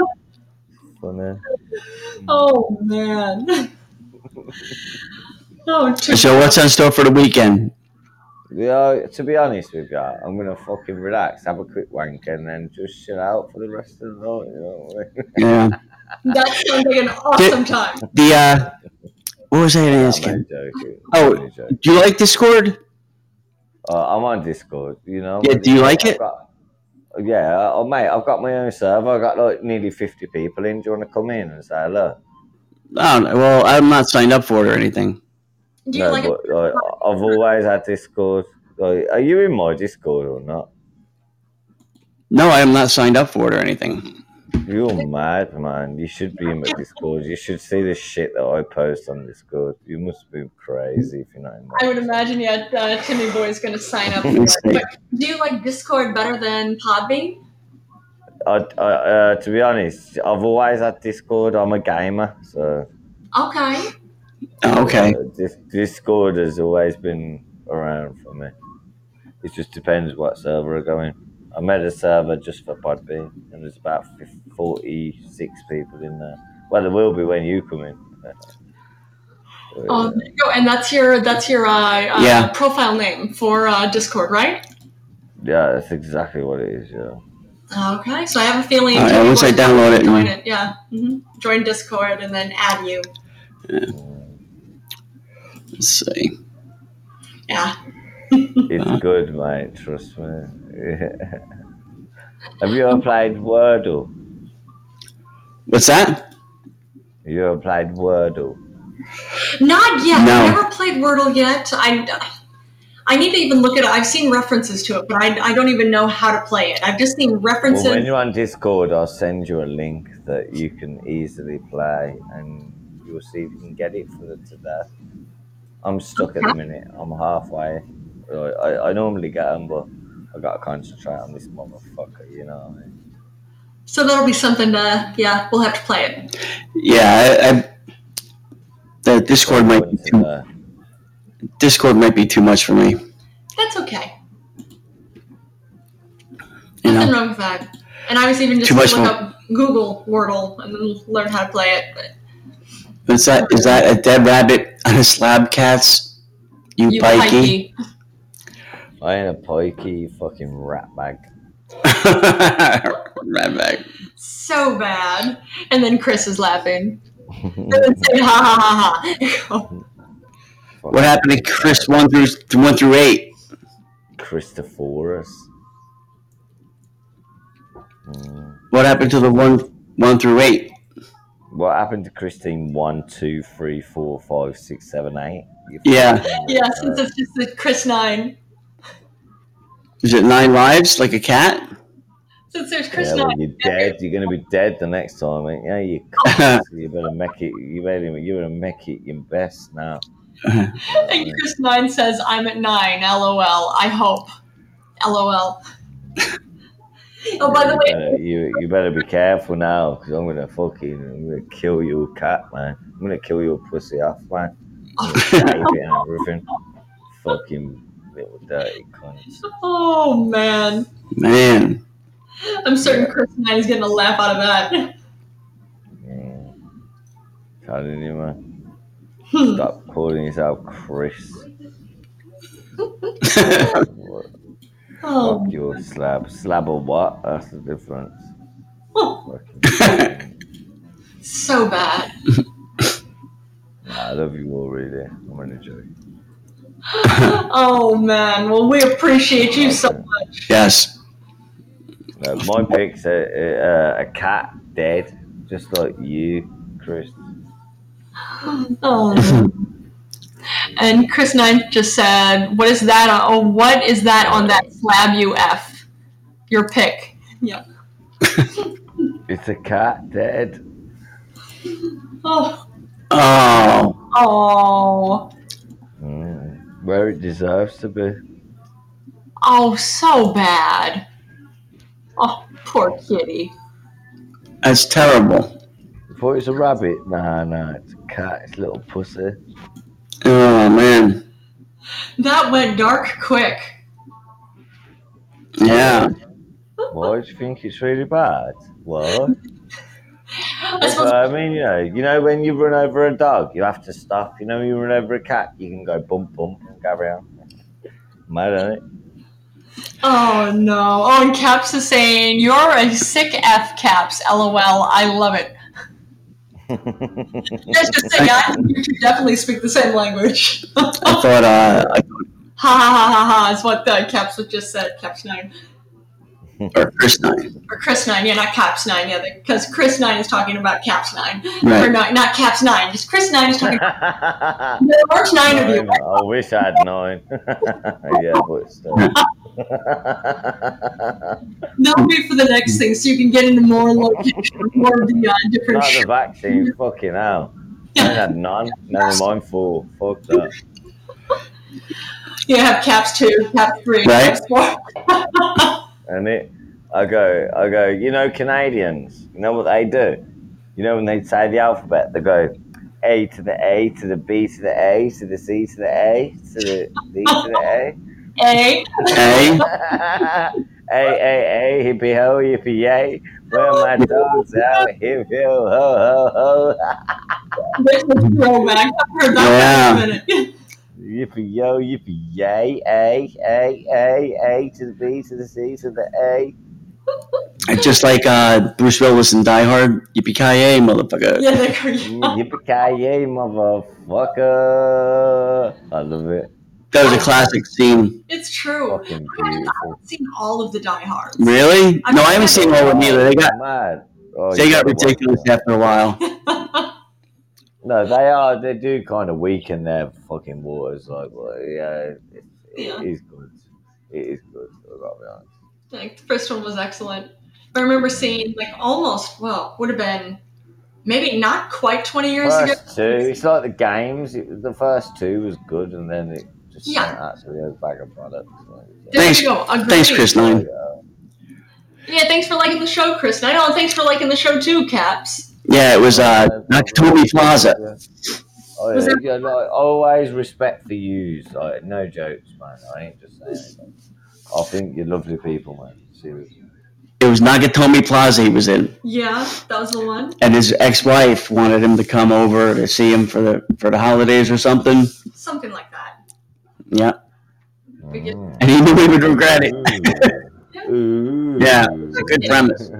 Funny.
oh man. Oh, too-
so what's on store for the weekend?
Yeah, to be honest with you, I'm gonna fucking relax, have a quick wank, and then just chill out for the rest of the night. You know what I mean?
Yeah.
that sounds like an awesome time.
The, uh, what was I going to ask
I'm
you?
only joking.
Oh.
I'm only joking.
Do you like Discord?
Uh, I'm on Discord, you know.
Yeah, do you like
I've
it?
got- yeah, oh, mate, I've got my own server. I've got like nearly 50 people in. Do you want to come in and say hello?
Oh, well, I'm not signed up for it or anything.
Do you
no,
like it?
but like, I've always had Discord. Like, are you in my Discord or not?
No, I am not signed up for it or anything.
You're mad, man. You should be in my Discord. You should see the shit that I post on Discord. You must be crazy if you're not in my
I would imagine, yeah, uh, Timmy Boy is going to sign up for it.
Let's see.
But do you like Discord better than Podbean?
I, I, uh, to be honest, I've always had Discord. I'm a gamer, so.
Okay.
Oh, okay.
Uh, Dis- Discord has always been around for me. It just depends what server I go in. I made a server just for Podbean, and there's about 50, 46 people in there. Well, there will be when you come in.
Oh, there you go. and that's your that's your uh, uh,
Yeah.
profile name for uh, Discord, right?
yeah, that's exactly what it is. Yeah.
Okay, so I have a feeling.
All right, once Uh, I download it,
join
yeah.
it, yeah, hmm join Discord and then add you.
Let's see.
Yeah,
It's good, mate. Trust me. Have you ever played Wordle?
What's that?
You ever played Wordle?
not yet.
No.
I've never played Wordle yet. I I need to even look at it. I've seen references to it, but I, I don't even know how to play it. I've just seen references.
Well, when you're on Discord, I'll send you a link that you can easily play, and you'll see if you can get it for the to death. I'm stuck at the minute. I'm halfway. I, I, I normally get them, but I gotta concentrate on this motherfucker. You know. What I mean?
So that'll be something to yeah. We'll have to play it.
Yeah, I, I, the Discord might be
Going to
too,
the-
Discord might be too much for me.
That's okay.
You
Nothing
know,
wrong with that. And I was even just
Too
look
much more-
up Google Wordle and then learn how to play it. But
is that is that a dead rabbit on a slab? Cats, you,
you
pikey.
pikey.
I ain't a pikey, you fucking rat bag.
right back.
so bad. And then Chris is laughing. And then
Mm-hmm.
saying ha ha ha ha.
What happened to Chris one through one through eight?
Christophorus. Mm.
What happened to the one one through eight?
What happened to Christine? One, two, three, four, five, six, seven, eight. You
Yeah.
fucking-
yeah, since it's just the Chris nine.
Is it nine lives like a cat?
Since there's Chris
Yeah, well,
nine.
you're dead. You're gonna be dead the next time, ain't you? You,
Oh,
cunt. you better make it. You better. You better make it your best now.
And Chris nine says, I'm at nine, lol. I hope. LOL. oh by the
you
way,
better, you, you better be careful now, because I'm gonna fucking, I'm gonna kill your cat, man. I'm gonna kill your pussy off, man. I'm gonna shave it and everything. Fucking little dirty cunt.
oh man.
Man,
I'm certain Chris nine is getting a laugh out of that.
Yeah. Telling you, man.
Hmm.
Stop calling yourself Chris. What-
Oh,
Fuck your slab. Slab or what? That's the difference.
oh,
Fucking-
so bad.
Nah, I love you all, really. I'm gonna joke.
oh man, well we appreciate you so much.
yes.
No, my pick's a, a, a cat dead, just like you, Chris.
Oh. and Chris Nine just said, "What is that? On, oh, what is that on that slab? You f your pick." Yeah.
It's a cat dead.
Oh,
Oh,
oh,
Mm. Where it deserves to be.
oh, so bad. Oh, poor kitty.
that's terrible.
I thought it's a rabbit. Nah, nah, it's a cat. It's a little pussy.
Oh man,
That went dark quick.
yeah.
Why do you think it's really bad? What?
I
That's
suppose
what uh, I mean, you know. You know when you run over a dog, you have to stop. You know when you run over a cat, you can go bump bump and go around. Mad, ain't it?
Oh no. Oh, and Caps is saying, You're a sick F, Caps. LOL. I love it. That's just saying, I think you two definitely speak the same language. ha ha
I thought uh, I
ha ha ha is what the Caps was just said. Caps 9.
thought Chris nine.
Or Chris 9. Yeah, not Caps 9. Yeah, because Chris 9 is talking about Caps 9. Or
Right.
not, not Caps 9. Just Chris 9 is talking about
I
the large 9 of you.
wish I had nine. yeah, but still. Not
That'll be for the next thing so you can get into more locations, more of the uh, different
the
shit.
vaccine, fucking hell. I had none. Never mind four. Fuck that.
You have Caps 2, Caps 3,
Right.
Caps 4.
And it, I go, I go. You know Canadians. You know what they do. You know when they say the alphabet, they go A to the A to the B to the A to the C to the A to the D to the A.
A.
A.
hey, hey, hey, hippie ho, yippee yay. Where my dogs out, hippie ho, ho, ho, ho.
There's a
Mm-hmm.
throwback. I've heard that one in a minute.
Yippee yo, yippee yay. A, A, A, A to the B to the C to the A.
Just like uh, Bruce Willis in Die Hard, yippee ki motherfucker.
Yeah, there we
Mm,
go.
Mm-hmm.
Yippee ki yay, motherfucker. I love it.
That was a classic scene.
It's true. I
Fucking
haven't
beautiful.
seen all of the Die Hards.
Really? No, I haven't seen all of them either. They got
mad. Oh,
they
you
got
gotta watch
ridiculous
that.
after a while.
No, they are. They do kind of weaken their fucking waters. Like, well, yeah, it's,
Yeah.
It is good. It is good. I've got to be honest.
Like the first one was excellent. I remember seeing like almost well would have been maybe not quite twenty years
First two,
ago.
it's like the games. It, the first two was good, and then it just
Yeah.
went actually a bag of products.
There
Thanks-
you go. Agreed.
Thanks, Chris Nine.
Yeah, thanks for liking the show, Chris. And I know, thanks for liking the show too, Caps.
Yeah, it was uh, Nakatomi Plaza.
Oh,
Was
yeah, yeah, like, always respect for yous. Like, no jokes, man. I ain't just saying. Anything. I think you're lovely people, man. Seriously.
It was Nagatomi Plaza he was in,
Yeah, that was the one.
and his ex-wife wanted him to come over to see him for the for the holidays or something.
Something like that.
Yeah,
We get-
Mm.
and he knew he would regret it.
Ooh. Ooh.
Yeah, it's a good premise.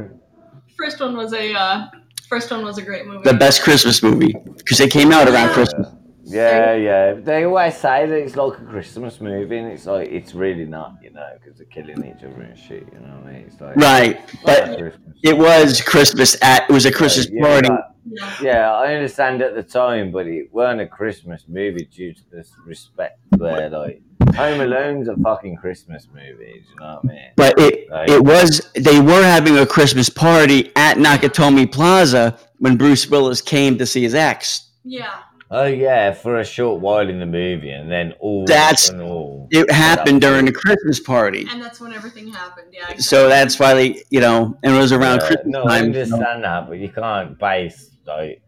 First one was a uh, first one was a great movie.
The best Christmas movie because it came out around
Yeah.
Christmas.
Yeah, yeah. They always say that it's like a Christmas movie, and it's like it's really not, you know, because they're killing each other and shit. You know what I mean? It's like
Right, but
Christmas.
it was Christmas at it was a Christmas
Yeah,
party.
like-
Yeah.
yeah, I understand at the time, but it weren't a Christmas movie due to this respect where like Home Alone's a fucking Christmas movie. Do you know what I mean?
But it
Right.
it was they were having a Christmas party at Nakatomi Plaza when Bruce Willis came to see his ex.
Yeah.
Oh yeah, for a short while in the movie, and then all
That's-
and all.
It happened during the Christmas party.
And that's when everything happened. Yeah. exactly.
So that's why they, you know, and it was around
Yeah,
Christmas
no, I
time. so-
understand that, but you can't base like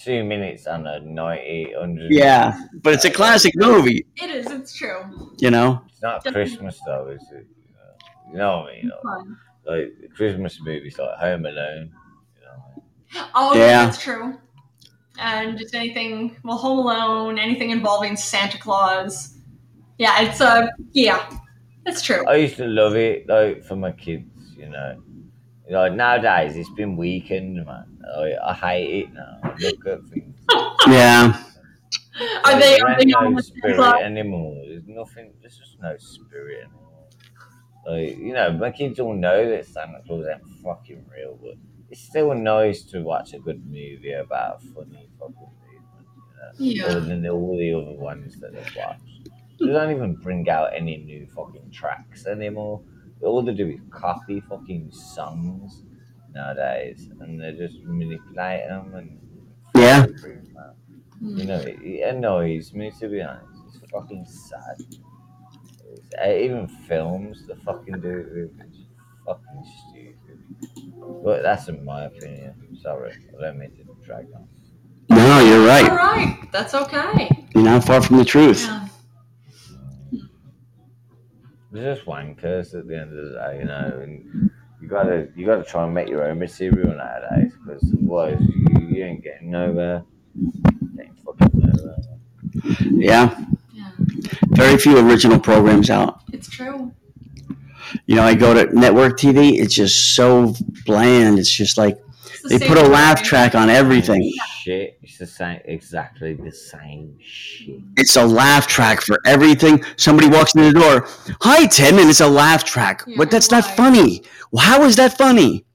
two minutes on a 90, 100.
yeah, but it's a classic movie,
It is. It's true.
you know.
It's not Christmas though, is it? You know what I mean?
Fun.
Like the Christmas movies like Home Alone. You know?
Oh,
Yeah.
yeah, that's true. And just anything, well, Home Alone, anything involving Santa Claus. Yeah, it's uh, yeah, that's true.
I used to love it like for my kids, you know. Like nowadays it's been weakened, man. Like, I hate it now. I Look at things.
Yeah,
Are they? Are
There
they
ain't
on
no
the Santa
spirit
Claus?
anymore. There's nothing. There's just no spirit anymore. Like you know, my kids all know that Santa Claus ain't fucking real, but it's still nice to watch a good movie about a funny fucking movement, you know,
Yeah.
other than the- all the other ones that they've watched. They don't even bring out any new fucking tracks anymore. All they do is copy fucking songs nowadays, and they just manipulate them and
Yeah.
bring 'em out.
Hmm.
You know, it, it annoys me to be honest. It's fucking sad. It's, uh, even films, the fucking do it, it's fucking stupid. But that's in my opinion. Sorry, I don't mean to drag on.
no, you're
All
right.
right, that's okay.
You're not far from the truth.
Yeah.
They're just wankers at the end of the day, you know. And you gotta, you gotta try and make your own material nowadays, because otherwise you, you ain't getting nowhere. You ain't fucking nowhere.
Yeah,
Yeah,
very few original programs out.
it's true.
You know, I go to network TV; it's just so bland. It's just like
It's the
they
same
put a laugh
thing.
track on everything.
Shit, it's the same, exactly the same shit.
It's a laugh track for everything. Somebody walks in the door. Hi, Tim, and it's a laugh track.
Yeah,
but that's not
why?
funny. Well, how is that funny?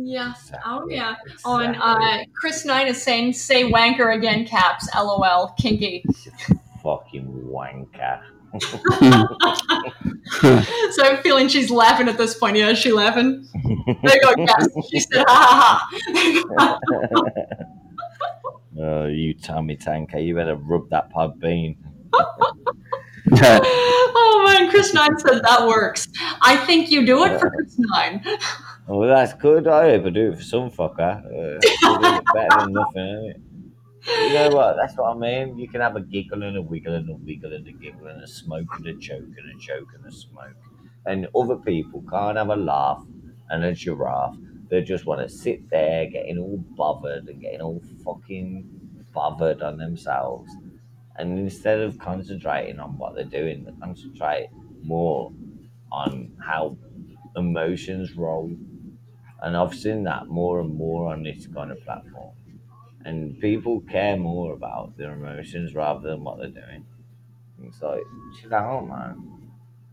Yes. Oh
Exactly,
yeah. Oh, and
exactly.
uh, Chris Nine is saying, "Say wanker again, caps." LOL. Kinky.
fucking wanker.
So I'm feeling she's laughing at this point. Yeah, is she laughing? There you go, Caps. She said, "Ha ha ha."
Oh, you Tommy Tanker, you better rub that pod bean.
oh man, Chris Nine said that works. I think you do it for Chris Nine.
Well, that's good. I hope I do it for some fucker. Uh, you're doing it better than nothing, ain't it? You know what? That's what I mean. You can have a giggle and a wiggle and a wiggle and a giggle and a smoke and a joke and a joke and a smoke. And other people can't have a laugh and a giraffe. They just want to sit there getting all bothered and getting all fucking bothered on themselves. And instead of concentrating on what they're doing, they concentrate more on how emotions roll. And I've seen that more and more on this kind of platform. And people care more about their emotions rather than what they're doing. It's like, chill out, man.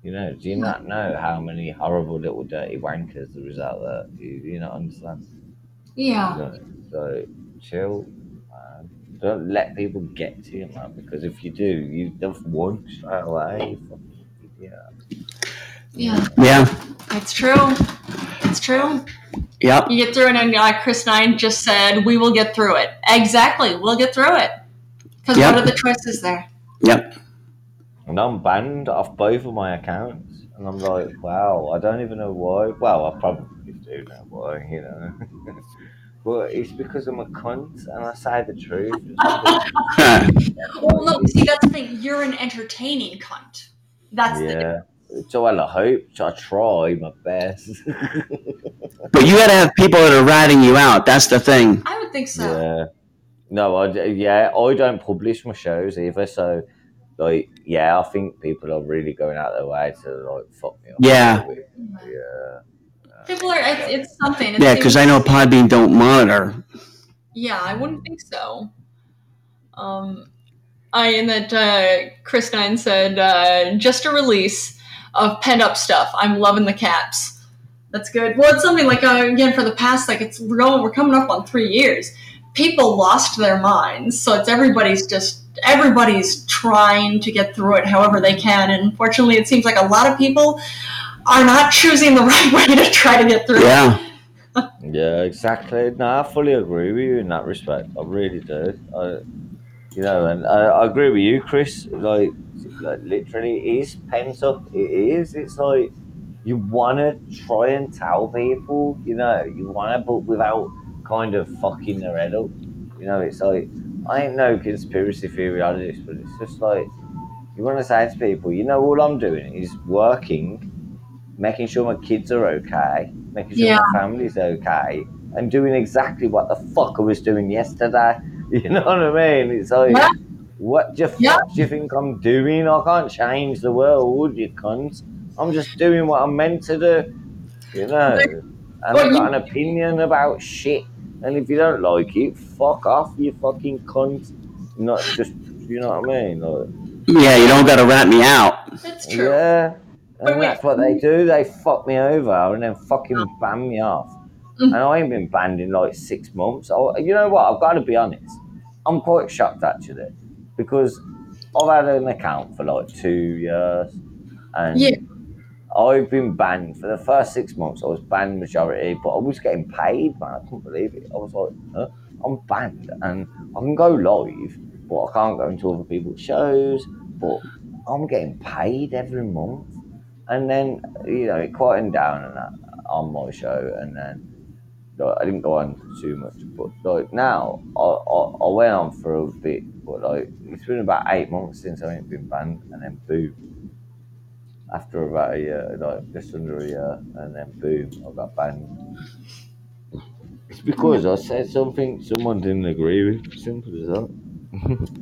You know, do you not know how many horrible little dirty wankers there is out there? You, you not understand?
Yeah.
No, so chill, man. Don't let people get to you, man, because if you do, you've won straight away. Yeah.
Yeah,
Yeah.
it's true. It's true.
Yep.
You get through it, and like Chris Nine just said, we will get through it. Exactly, we'll get through it. Because
Yep.
what are the choices there?
Yep.
And I'm banned off both of my accounts. And I'm like, wow, I don't even know why. Well, I probably do know why, you know. but it's because I'm a cunt and I say the truth.
Well, look, see, that's the thing. You're an entertaining cunt. That's the
yeah. So well, I hope, so I try my best.
but you got to have people that are riding you out. That's the thing.
I would think so.
yeah. No, I, d- yeah, I don't publish my shows either. So, like, yeah, I think people are really going out their way to, like, fuck me up.
Yeah.
Yeah.
People are, it's, it's something. It
Yeah, because
seems-
I know Podbean don't monitor.
Yeah, I wouldn't think so. Um, I and that uh, Chris Nine said uh, just a release of pent up stuff. I'm loving the caps. That's good. Well, it's something like uh, again for the past like it's we're going we're coming up on three years. People lost their minds, so it's everybody's just everybody's trying to get through it however they can. And unfortunately, it seems like a lot of people are not choosing the right way to try to get through. it.
Yeah.
Yeah, exactly. No, I fully agree with you in that respect. I really do. I, you know, and I, I agree with you, Chris. Like, like literally, it is pent up. It is. It's like you want to try and tell people, you know, you want to, but without kind of fucking their head up. You know, it's like I ain't no conspiracy theory on this, but it's just like you want to say to people, you know, all I'm doing is working, making sure my kids are okay, making sure
Yeah.
my family's okay, and doing exactly what the fuck I was doing yesterday. You know what I mean? It's like,
Yeah.
what the fuck
Yeah.
do you think I'm doing? I can't change the world, you cunt. I'm just doing what I'm meant to do, you know. And
Well,
I've got
you-
an opinion about shit. And if you don't like it, fuck off, you fucking cunt. Not just, you know what I mean? Like,
Yeah, you don't got to rat me out.
That's true.
yeah.
Wait,
And
wait.
that's what they do. They fuck me over and then fucking ban me off.
Mhm.
And I ain't been banned in like six months. I, you know what? I've got to be honest. I'm quite shocked actually because I've had an account for like two years and
Yeah.
I've been banned for the first six months. I was banned majority, but I was getting paid, man. I couldn't believe it. I was like, huh? I'm banned and I can go live, but I can't go into other people's shows. But I'm getting paid every month. And then, you know, it quietened down and that on my show. And then like, I didn't go on too much. But like now, I, I, I went on for a bit, but like it's been about eight months since I ain't been banned. And then boom, after about a year, like just under a year, and then boom, I got banned. It's because I said something someone didn't agree with. Simple as that.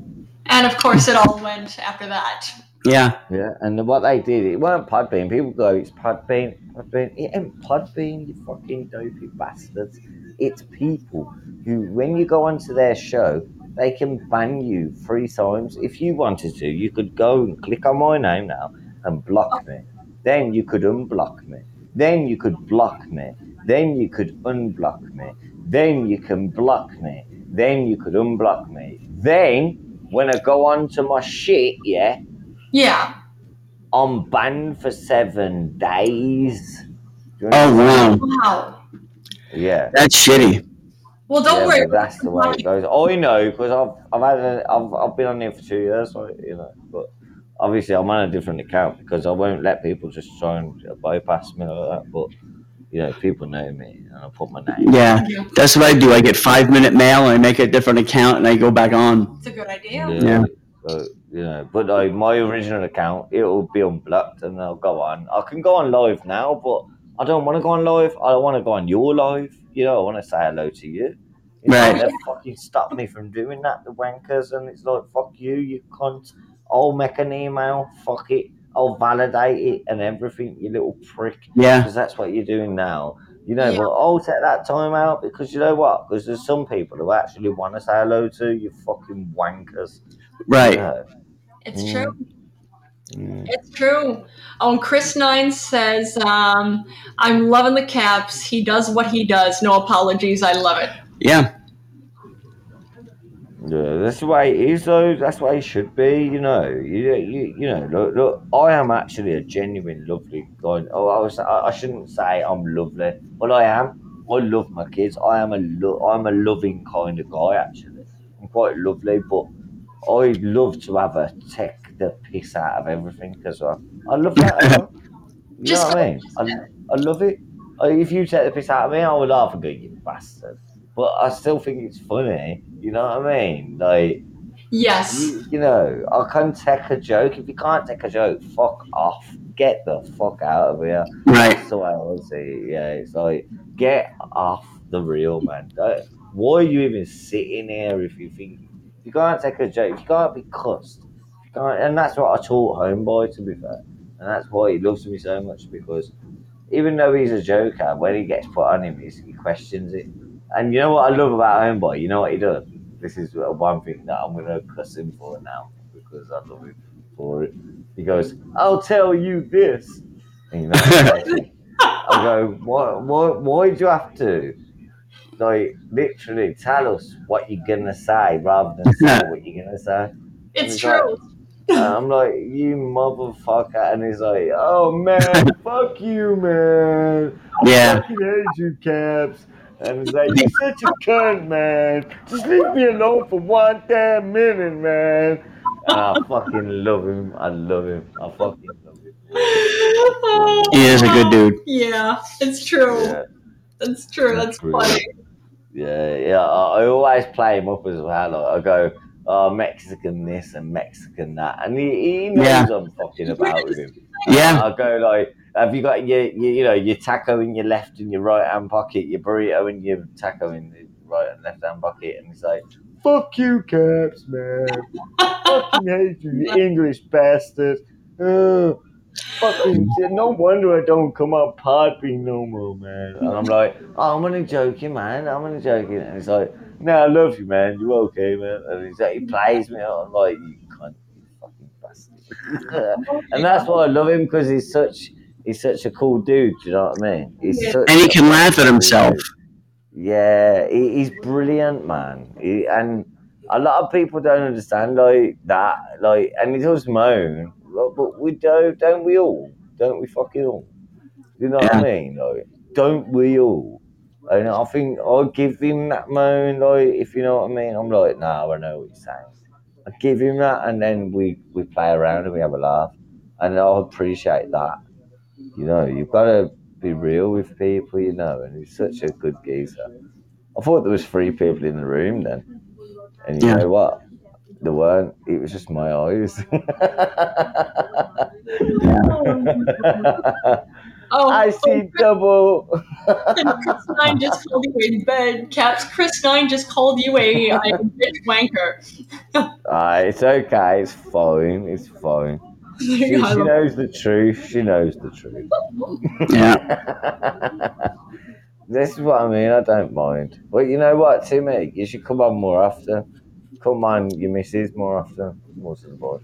And of course, it all went after that.
Yeah.
Yeah, and then what they did, it weren't Podbean. People go, it's Podbean, Podbean. It ain't Podbean, you fucking dopey bastards. It's people who, when you go onto their show, they can ban you three times. If you wanted to, you could go and click on my name now and block me. Then you could unblock me. Then you could block me. Then you could unblock me. Then you can block me. Then you could unblock me. Then, when I go onto my shit, yeah.
Yeah.
I'm banned for seven days. Do you
Oh wow,
Wow.
Yeah.
that's shitty.
Well, don't
yeah,
worry.
but That's the way it goes. Oh, I know because I've I've had a, I've I've been on here for two years, so, you know. But obviously, I'm on a different account because I won't let people just try and bypass me like that. But you know, people know me, and I put my name.
Yeah, that's what I do. I get five minute mail and I make a different account and I go back on.
It's a good idea.
Yeah.
So, you know, but like my original account, it'll be unblocked and I'll go on. I can go on live now, but I don't want to go on live. I want to go on your live. You know, I want to say hello to you. It's
Right.
Like, they fucking stop me from doing that, the wankers. And it's like, fuck you, you cunt. I'll make an email. Fuck it. I'll validate it and everything, you little prick
Yeah,
because that's what you're doing now. You know,
Yeah.
but I'll take that time out because you know what? Because there's some people who actually want to say hello to you, fucking wankers. You
right.
know?
It's
Mm.
true.
Mm.
It's true. Oh, and Chris Nine says, um, I'm loving the caps. He does what he does. No apologies. I love it.
Yeah,
Yeah, that's the way it is, though. That's the way it should be, you know. You, you, you know, look, look, I am actually a genuine, lovely guy. Oh, I was, I, I shouldn't say I'm lovely. Well, I am. I love my kids. I am a, lo- I'm a loving kind of guy, actually. I'm quite lovely, but I love to have a take the piss out of everything as well. I love that as well. You know
Just
what I mean? I, I love it. I, if you take the piss out of me, I will laugh and go, you bastard. But I still think it's funny. You know what I mean? Like,
Yes.
you, you know, I can take a joke. If you can't take a joke, fuck off. Get the fuck out of here.
Right.
That's the way I would say it. Yeah, it's like, get off the real man. Don't- Why are you even sitting here if you think you can't take a joke? You can't be cussed. You can't, and that's what I taught Homeboy, to be fair. And that's why he loves me so much because even though he's a joker, when he gets put on him, he's, he questions it. And you know what I love about Homeboy? You know what he does? This is one thing that I'm going to cuss him for now because I love him for it. He goes, I'll tell you this. And you know, it's like, I go, why, why, why do you have to, like, literally tell us what you're going to say rather than say what you're going to say?
It's
Right.
true.
And I'm like, you motherfucker. And he's like, oh, man, fuck you, man.
Yeah.
Fucking hate you, Caps. And he's like, you're such a cunt, man. Just leave me alone for one damn minute, man. And I fucking love him. I love him. I fucking love him.
He is a good dude.
Yeah, it's true.
Yeah.
That's true. That's
True.
funny.
Yeah, yeah. I, I always play him up as well. Like, I go, oh, Mexican this and Mexican that, and he, he knows
Yeah.
I'm fucking about with him.
Yeah.
I go like, have you got your, your you know your taco in your left and your right hand pocket, your burrito and your taco in the right and left hand pocket, and he's like, fuck you, caps man, fucking hate you, you English bastard. Ugh. Fucking no wonder I don't come out partying no more, man. And I'm like, oh, I'm only joking, man. I'm only joking. And he's like, no, I love you, man. You okay, man? And he's like, he plays me. out. I'm like, you cunt, you fucking bastard. and that's why I love him because he's such he's such a cool dude. Do you know what I mean? He's
Yeah.
such
And he
a
can laugh at
cool
himself.
dude. Yeah, he, he's brilliant, man. He, and a lot of people don't understand like that. Like, and he does moan, like, but we don't, don't we all? Don't we fucking all? You know what I mean? Like, don't we all? And I think I give him that moan, like, if you know what I mean. I'm like, nah, I know what you're saying. I give him that, and then we we play around and we have a laugh, and I appreciate that. You know, you've got to be real with people, you know, and he's such a good geezer. I thought there was three people in the room then, and you
Yeah.
know what? There weren't. It was just my eyes.
Um, Oh,
I see double.
Chris Nine just called you a bed caps. Chris Nine just called you a, a bitch wanker.
Ah, it's okay. It's fine. It's fine. She, she knows the truth. She knows the truth.
Yeah.
this is what I mean. I don't mind. But you know what, Timmy? You should come on more often. Come on, your missus more often. More to the boy.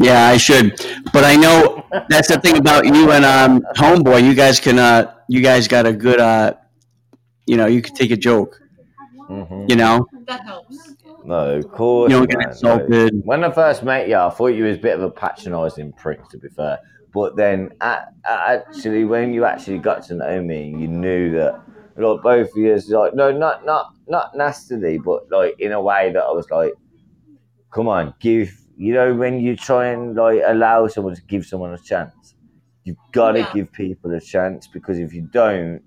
Yeah, I should. But I know that's the thing about you and um, Homeboy. You guys can, uh, you guys got a good, uh, you know, you can take a joke.
hmm
You know,
that helps.
No, of course.
you don't get
man, no.
insulted.
When I first met you, I thought you was a bit of a patronising prick, to be fair. But then, a- a- actually, when you actually got to know me, you knew that, like, both of you, is like, no, not not not nastily, but like in a way that I was like, come on, give. You know, when you try and like allow someone to give someone a chance, you've got to
Yeah.
give people a chance because if you don't,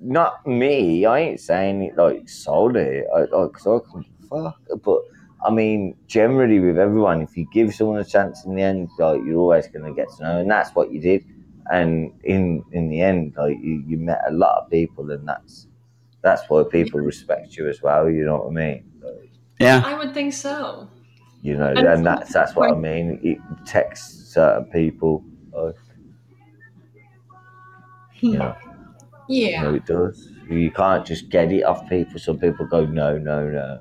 not me. I ain't saying it like solely, I, like, 'cause I can fuck. But I mean, generally with everyone, if you give someone a chance in the end, like you're always going to get to know, and that's what you did. And in in the end, like you, you met a lot of people, and that's that's why people respect you as well. You know what I mean? Like,
Yeah,
I would think so.
you know,
And-
and that's that's what I mean. It takes certain people. Like, you know. No,
Yeah.
it does. You can't just get it off people. Some people go, no, no, no.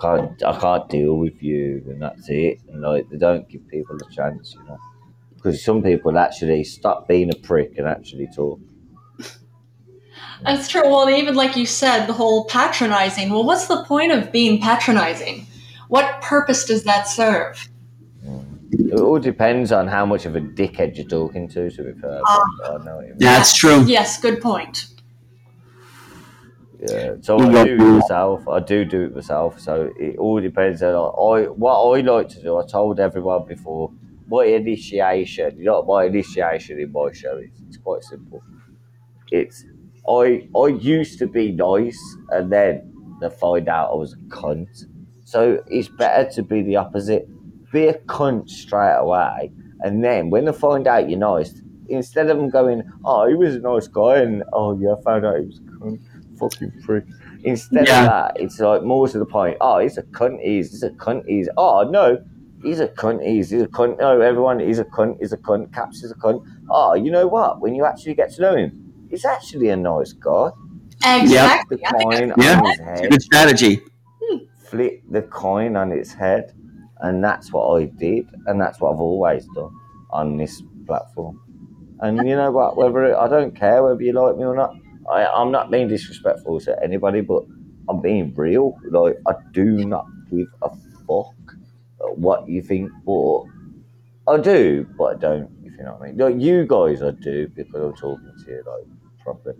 Can't I can't deal with you, and that's it. And like they don't give people a chance, you know, because some people actually stop being a prick and actually talk.
That's true. Well, even like you said, the whole patronizing. Well, what's the point of being patronizing? What purpose does that serve?
It all depends on how much of a dickhead you're talking to. To be fair,
Ah.
I don't know what you mean.
Yeah, that's true.
Yes, good point.
Yeah, so I do it myself. I do do it myself. So it all depends on I what I like to do. I told everyone before my initiation. You know what my initiation in my show is. It's quite simple. It's I I used to be nice, and then they find out I was a cunt. So it's better to be the opposite. Be a cunt straight away, and then when they find out you're nice, instead of them going, "Oh, he was a nice guy," and "Oh yeah, I found out he was a cunt." fucking prick. Instead
Yeah.
of that, it's like more to the point. Oh, he's a cunt. He's he's a cunt. He's oh no, he's a cunt. He's he's a cunt. No, everyone is a cunt. Is a cunt. Caps is a cunt. Oh, you know what? When you actually get to know him, he's actually a nice guy.
Exactly.
The coin
Yeah.
on his head,
Good strategy.
flip the coin on its head, and that's what I did, and that's what I've always done on this platform. And you know what? Whether I don't care whether you like me or not, I, I'm not being disrespectful to anybody, but I'm being real. Like I do not give a fuck what you think, but I do, but I don't. If you know what I mean. Like you guys, I do because I'm talking to you like properly.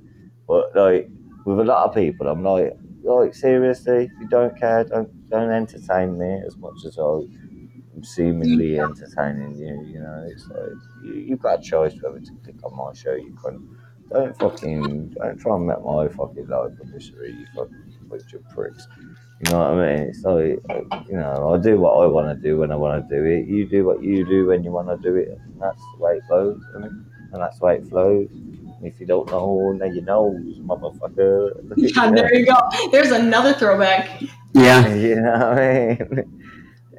But like with a lot of people, I'm like, like seriously, if you don't care, don't don't entertain me as much as I. am Seemingly entertaining you, you know. It's like you, you've got a choice whether to click on my show. You couldn't don't fucking don't try and make my fucking life a misery, you fucking bunch of pricks. You know what I mean? It's like you know, I do what I wanna do when I wanna do it. You do what you do when you wanna do it and that's the way it goes, and, and that's the way it flows. And if you don't know, now you know, motherfucker.
Yeah, there you go. There's another throwback.
Yeah.
You know what I mean?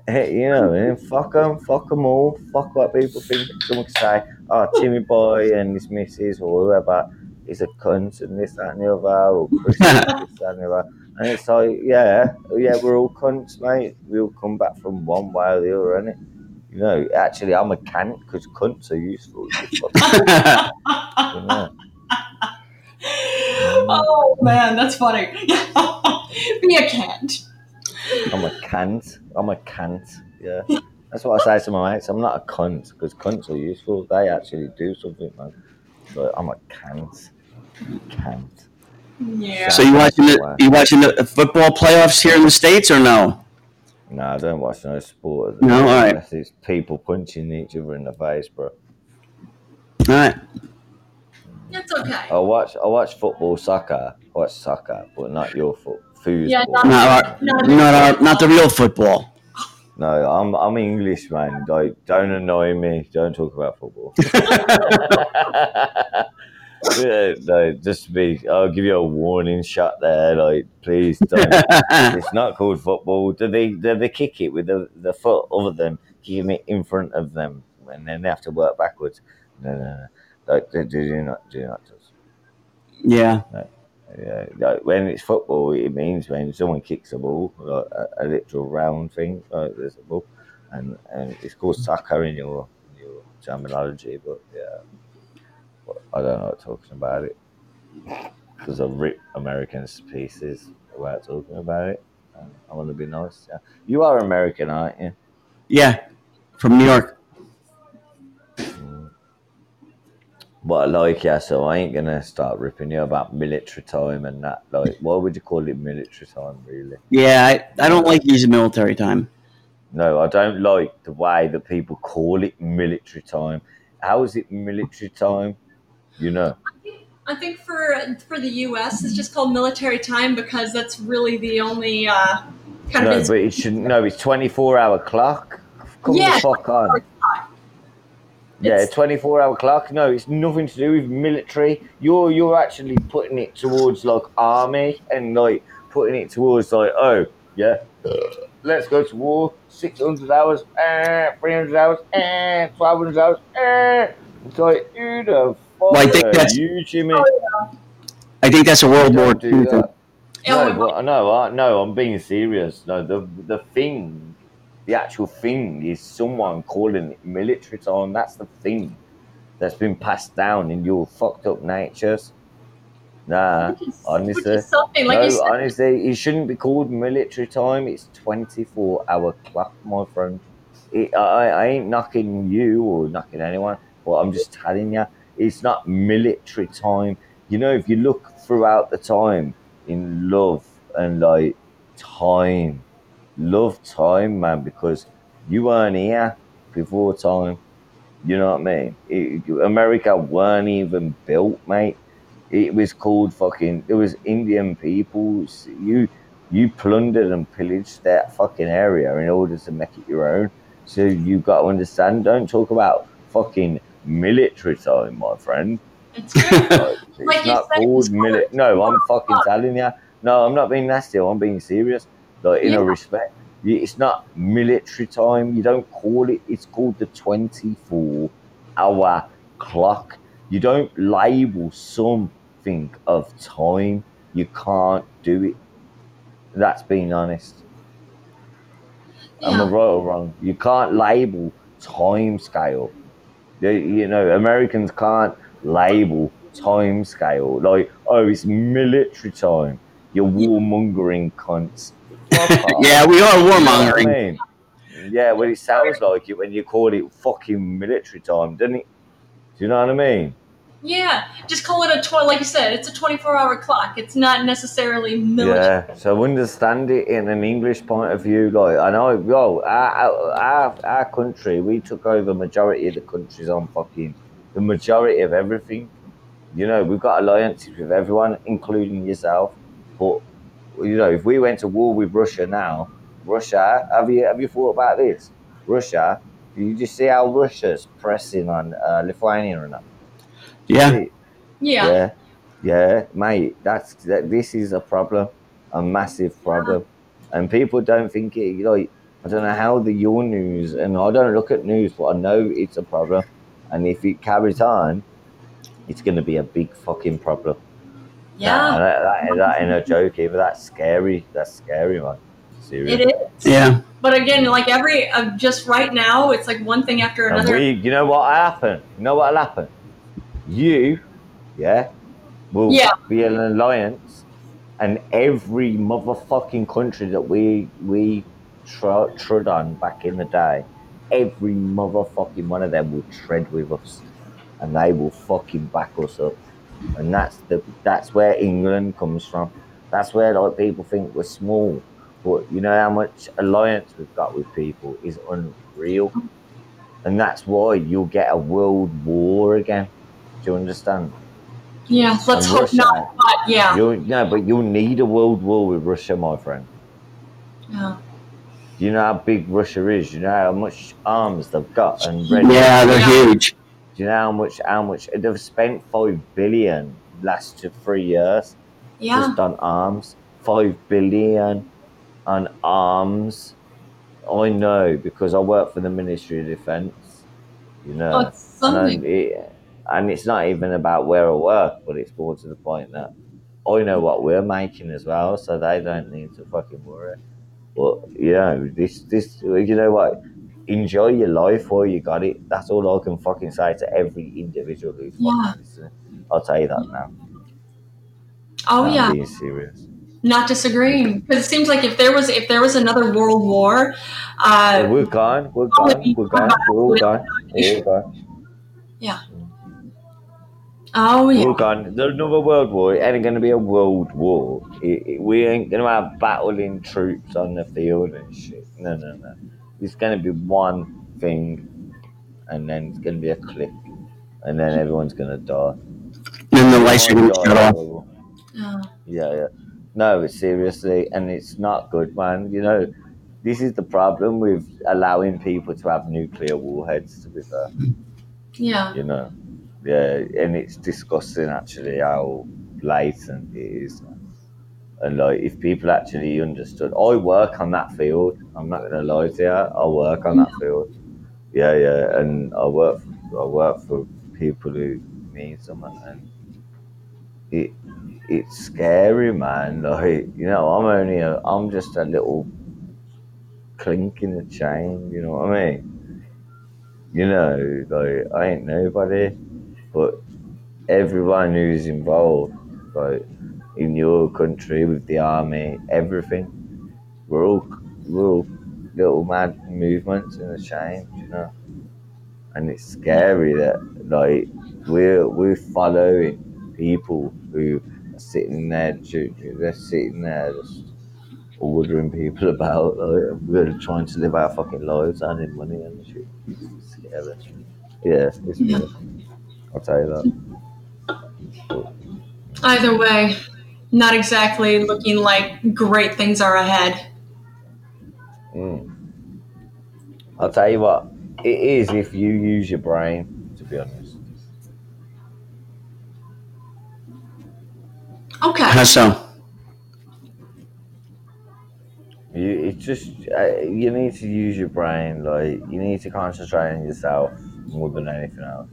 Hey, you know what I mean? Fuck 'em, fuck 'em all, fuck what people think. Someone can say, oh, Timmy Boy and his missus or whoever is a cunt and this, that, and the other, or Chris and this, that, and the other. And it's like, yeah, yeah, we're all cunts, mate. We all come back from one way or the other, innit? You know, actually, I'm a cunt because cunts are useful. You fucking- you know.
Oh man, that's funny. Be a can't.
I'm a cunt. I'm a cunt. Yeah. That's what I say to my mates. I'm not a cunt because cunts are useful. They actually do something, man. But I'm a cunt. Cunt.
Yeah.
so you watching the you watching the football playoffs here in the states or no?
No, I don't watch no sport.
No, all right.
Unless it's people punching each other in the face, bro.
All right.
It's okay.
I watch. I watch football, soccer. I watch soccer, but not your foot. Foosball.
Yeah,
Not our,
No.
not our, not the real football.
No, I'm I'm English, man. Like, don't annoy me. Don't talk about football. yeah, no, just be. I'll give you a warning shot there. Like, please don't. it's not called football. Do they do they kick it with the, the foot other than kicking it in front of them, and then they have to work backwards? No, no, no. Like, do, do do not do not. touch.
yeah.
Yeah, like when it's football, it means when someone kicks a ball, like a, a literal round thing, like there's a ball, and, and it's called soccer in your in your terminology, but yeah, but I don't know what talking about it because I rip Americans to pieces without talking about it. and I want to be nice. Yeah. You are American, aren't you?
Yeah. From New York.
Mm. But like, yeah, so I ain't gonna start ripping you about military time and that. Like, why would you call it military time, really?
Yeah, I, I don't like using military time.
No, I don't like the way that people call it military time. How is it military time? You know,
I think for for the U.S. it's just called military time because that's really the only uh, kind
no,
of.
but it shouldn't. No, it's twenty-four hour clock. Come
Yeah,
the fuck on. Yeah,
It's-
twenty-four hour clock. No, it's nothing to do with military. You're you're actually putting it towards like army and like putting it towards like oh yeah, let's go to war. Six hundred hours, eh, three hundred hours, eh, twelve hundred hours. Eh. It's like you the fuck.
I think that's-
you, Jimmy.
I think that's a World War
Don't
II
do
thing.
that. No,
oh,
but, no, I, no, I'm being serious. No, the the thing, the actual thing is someone calling it military time. That's the thing that's been passed down in your fucked up natures. Nah,
Which is-
honestly.
which is something like you
no,
said.
honestly, it shouldn't be called military time. It's 24 hour clock, my friend. It, I, I ain't knocking you or knocking anyone, but I'm just telling you, it's not military time. You know, if you look throughout the time in love and like time, love time, man, because you weren't here before time. You know what I mean? It, America weren't even built, mate it was called fucking it was indian peoples you you plundered and pillaged that fucking area in order to make it your own so you got to understand don't talk about fucking military time my friend
It's true.
like, it's
Like you
not
said,
called
it's called-
military no i'm fucking telling you no i'm not being nasty i'm being serious like in
Yeah.
a respect You- it's not military time you don't call it it's called the 24 hour clock you don't label something of time. You can't do it. That's being honest. Am I
Yeah.
right or wrong? You can't label time scale. They- You know, Americans can't label time scale. Like, oh, it's military time. You're warmongering cunts. Fuck off.
yeah, we are
You know
warmongering.
what I mean? Yeah, well, it sounds like it when you call it fucking military time, doesn't it? Do you know what I mean?
Yeah. Just call it a tw- like you said, it's a 24 hour clock. It's not necessarily military.
Yeah, so understand it in an English point of view. Like I know, yo, our, our- our our country, we took over majority of the countries on fucking the majority of everything. You know, we've got alliances with everyone, including yourself. But you know, if we went to war with Russia now, Russia, have you have you thought about this? Russia, you just see how Russia's pressing on uh, Lithuania and that.
Yeah,
See?
Yeah.
yeah, yeah, mate. That's that. This is a problem, a massive problem, and people don't think it. Like I don't know how the your news, and I don't look at news, but I know it's a problem, and if it carries on, it's going to be a big fucking problem.
Yeah.
that, that, that ain't a joke either. That's scary. That's scary, man. Seriously.
It is.
yeah.
But again, like every, uh, just right now, it's like one thing after
And
another.
we, you know what happened? You know what'll happen? You, yeah, will
Yeah.
be an alliance, and every motherfucking country that we we tro- trod on back in the day, every motherfucking one of them will tread with us, and they will fucking back us up, and that's the that's where England comes from. That's where like people think we're small, but you know how much alliance we've got with people is unreal and that's why you'll get a world war again. Do you understand?
yeah. Let's
And
hope
Russia,
not. But yeah.
You'll, no, but you'll need a world war with Russia, my friend.
Yeah.
You know how big Russia is. You know how much arms they've got and ready.
Yeah, they're
Yeah.
huge.
Do you know how much? How much they've spent? Five billion last two, three years
Yeah.
just uh, on arms. Five billion on arms. I know because I work for the Ministry of Defence. You know.
Oh, it's something.
And, it, and it's not even about where I work, but it's more to the point that I know what we're making as well, so they don't need to fucking worry. But you know, this this you know what? Enjoy your life while you got it. That's all I can fucking say to every individual who's fucking
Yeah.
listening. I'll tell you that now.
Oh,
I'm
yeah.
being serious.
Not disagreeing. Because it seems like if there was, if there was another world war,
Yeah,
uh,
we're gone, we're gone, we're gone, we're all gone. We're all gone.
oh,
We're
yeah.
all gone. There's another world war. It ain't gonna be a world war. It, it- we ain't gonna have battling troops on the field and shit. No, no, no. It's gonna be one thing, and then it's gonna be a click, and then everyone's gonna die.
Then the lights are
Everyone
going to shut
dies.
off.
Yeah.
Yeah, yeah. No, it's seriously, and it's not good, man. You know, this is the problem with allowing people to have nuclear warheads. To be fair
Yeah.
you know. Yeah, and it's disgusting actually how blatant it is. And like, if people actually understood, I work on that field. I'm not gonna lie to you, I work on that field. Yeah, yeah, and I work, I work for people who need someone, and it, it's scary, man. Like, you know, I'm only, a, I'm just a little clink in the chain. You know what I mean? You know, like I ain't nobody, but everyone who's involved like in your country with the army, everything. We're all we're all little mad movements in the change, you know. And it's scary that like we're we're following people who are sitting there, ju- ju- they're sitting there just ordering people about. Like, we're trying to live our fucking lives, earning money and shit. It's scary. Yeah, it's weird. I'll tell you that.
Either way, not exactly looking like great things are ahead.
Mm. I'll tell you what, it is if you use your brain, to be honest.
Okay.
How Uh-huh, so?
You, it's just, uh, you need to use your brain, like, you need to concentrate on yourself more than anything else.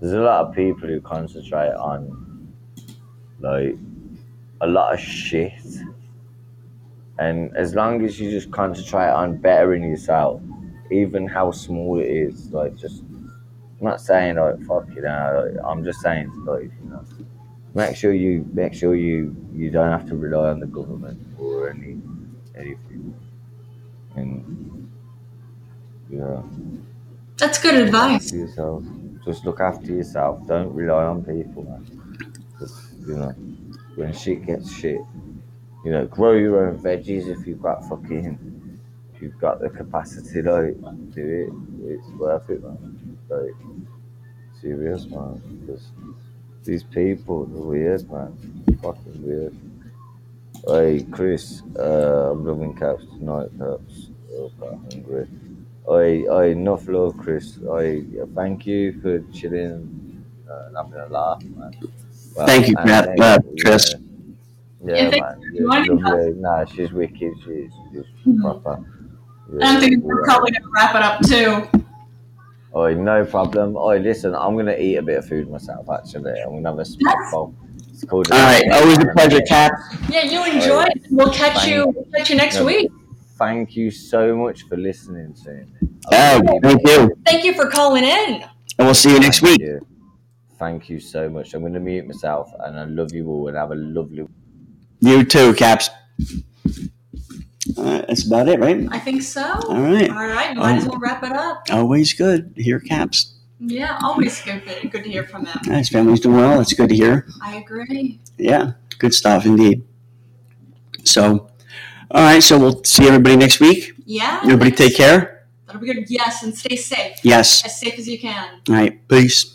There's a lot of people who concentrate on, like, a lot of shit. And as long as you just concentrate on bettering yourself, even how small it is, like, just, I'm not saying, like, fuck you know, like, I'm just saying, like, you know. make sure you make sure you you don't have to rely on the government or any anything and yeah
That's good advice.
do yourself just look after yourself don't rely on people man. Just, you know when shit gets shit you know grow your own veggies if you've got fucking if you've got the capacity like do it it's worth it man like serious man because these people are weird man fucking weird Hey Chris, uh, I'm loving caps tonight, caps. Oh, I'm hungry. I, I enough love, Chris. I thank you for chilling uh, and having a laugh, man. Well,
Thank you for
and
that,
next-
uh, Chris.
Yeah,
Yeah,
yeah
thank
man.
you
Yeah,
for joining
lovely. Nah, she's wicked. She's, she's
Mhm.
proper.
I'm
Yeah,
thinking we're
all right.
probably going to wrap it up too.
Oi, no problem. Oi, listen, I'm gonna eat a bit of food myself. Actually, I'm gonna have a smoke
That's,
bomb. It's called an
All right. Always a pleasure,
appetizer.
Cap.
yeah, you enjoy
Oi,
it. We'll catch
thank
you. We'll catch you next
No,
week.
thank you so much for listening to me. I
Oh,
really
thank
appreciate
you.
it.
Thank you for calling in.
And we'll see you next
Thank
week.
you. Thank you so much. I'm going to mute myself and I love you all and have a lovely
You too, Caps. All right, that's about it, right?
I think so.
All right.
All right, might as
Um,
well wrap it up.
always good to hear Caps.
Yeah, always good, good to hear from them.
His family's doing well. That's good to hear.
I agree.
Yeah, good stuff indeed. So, all right. So we'll see everybody next week. Everybody
Yes.
take care.
That'll be good. Yes, and stay safe.
Yes.
As safe as you can.
All right. Peace.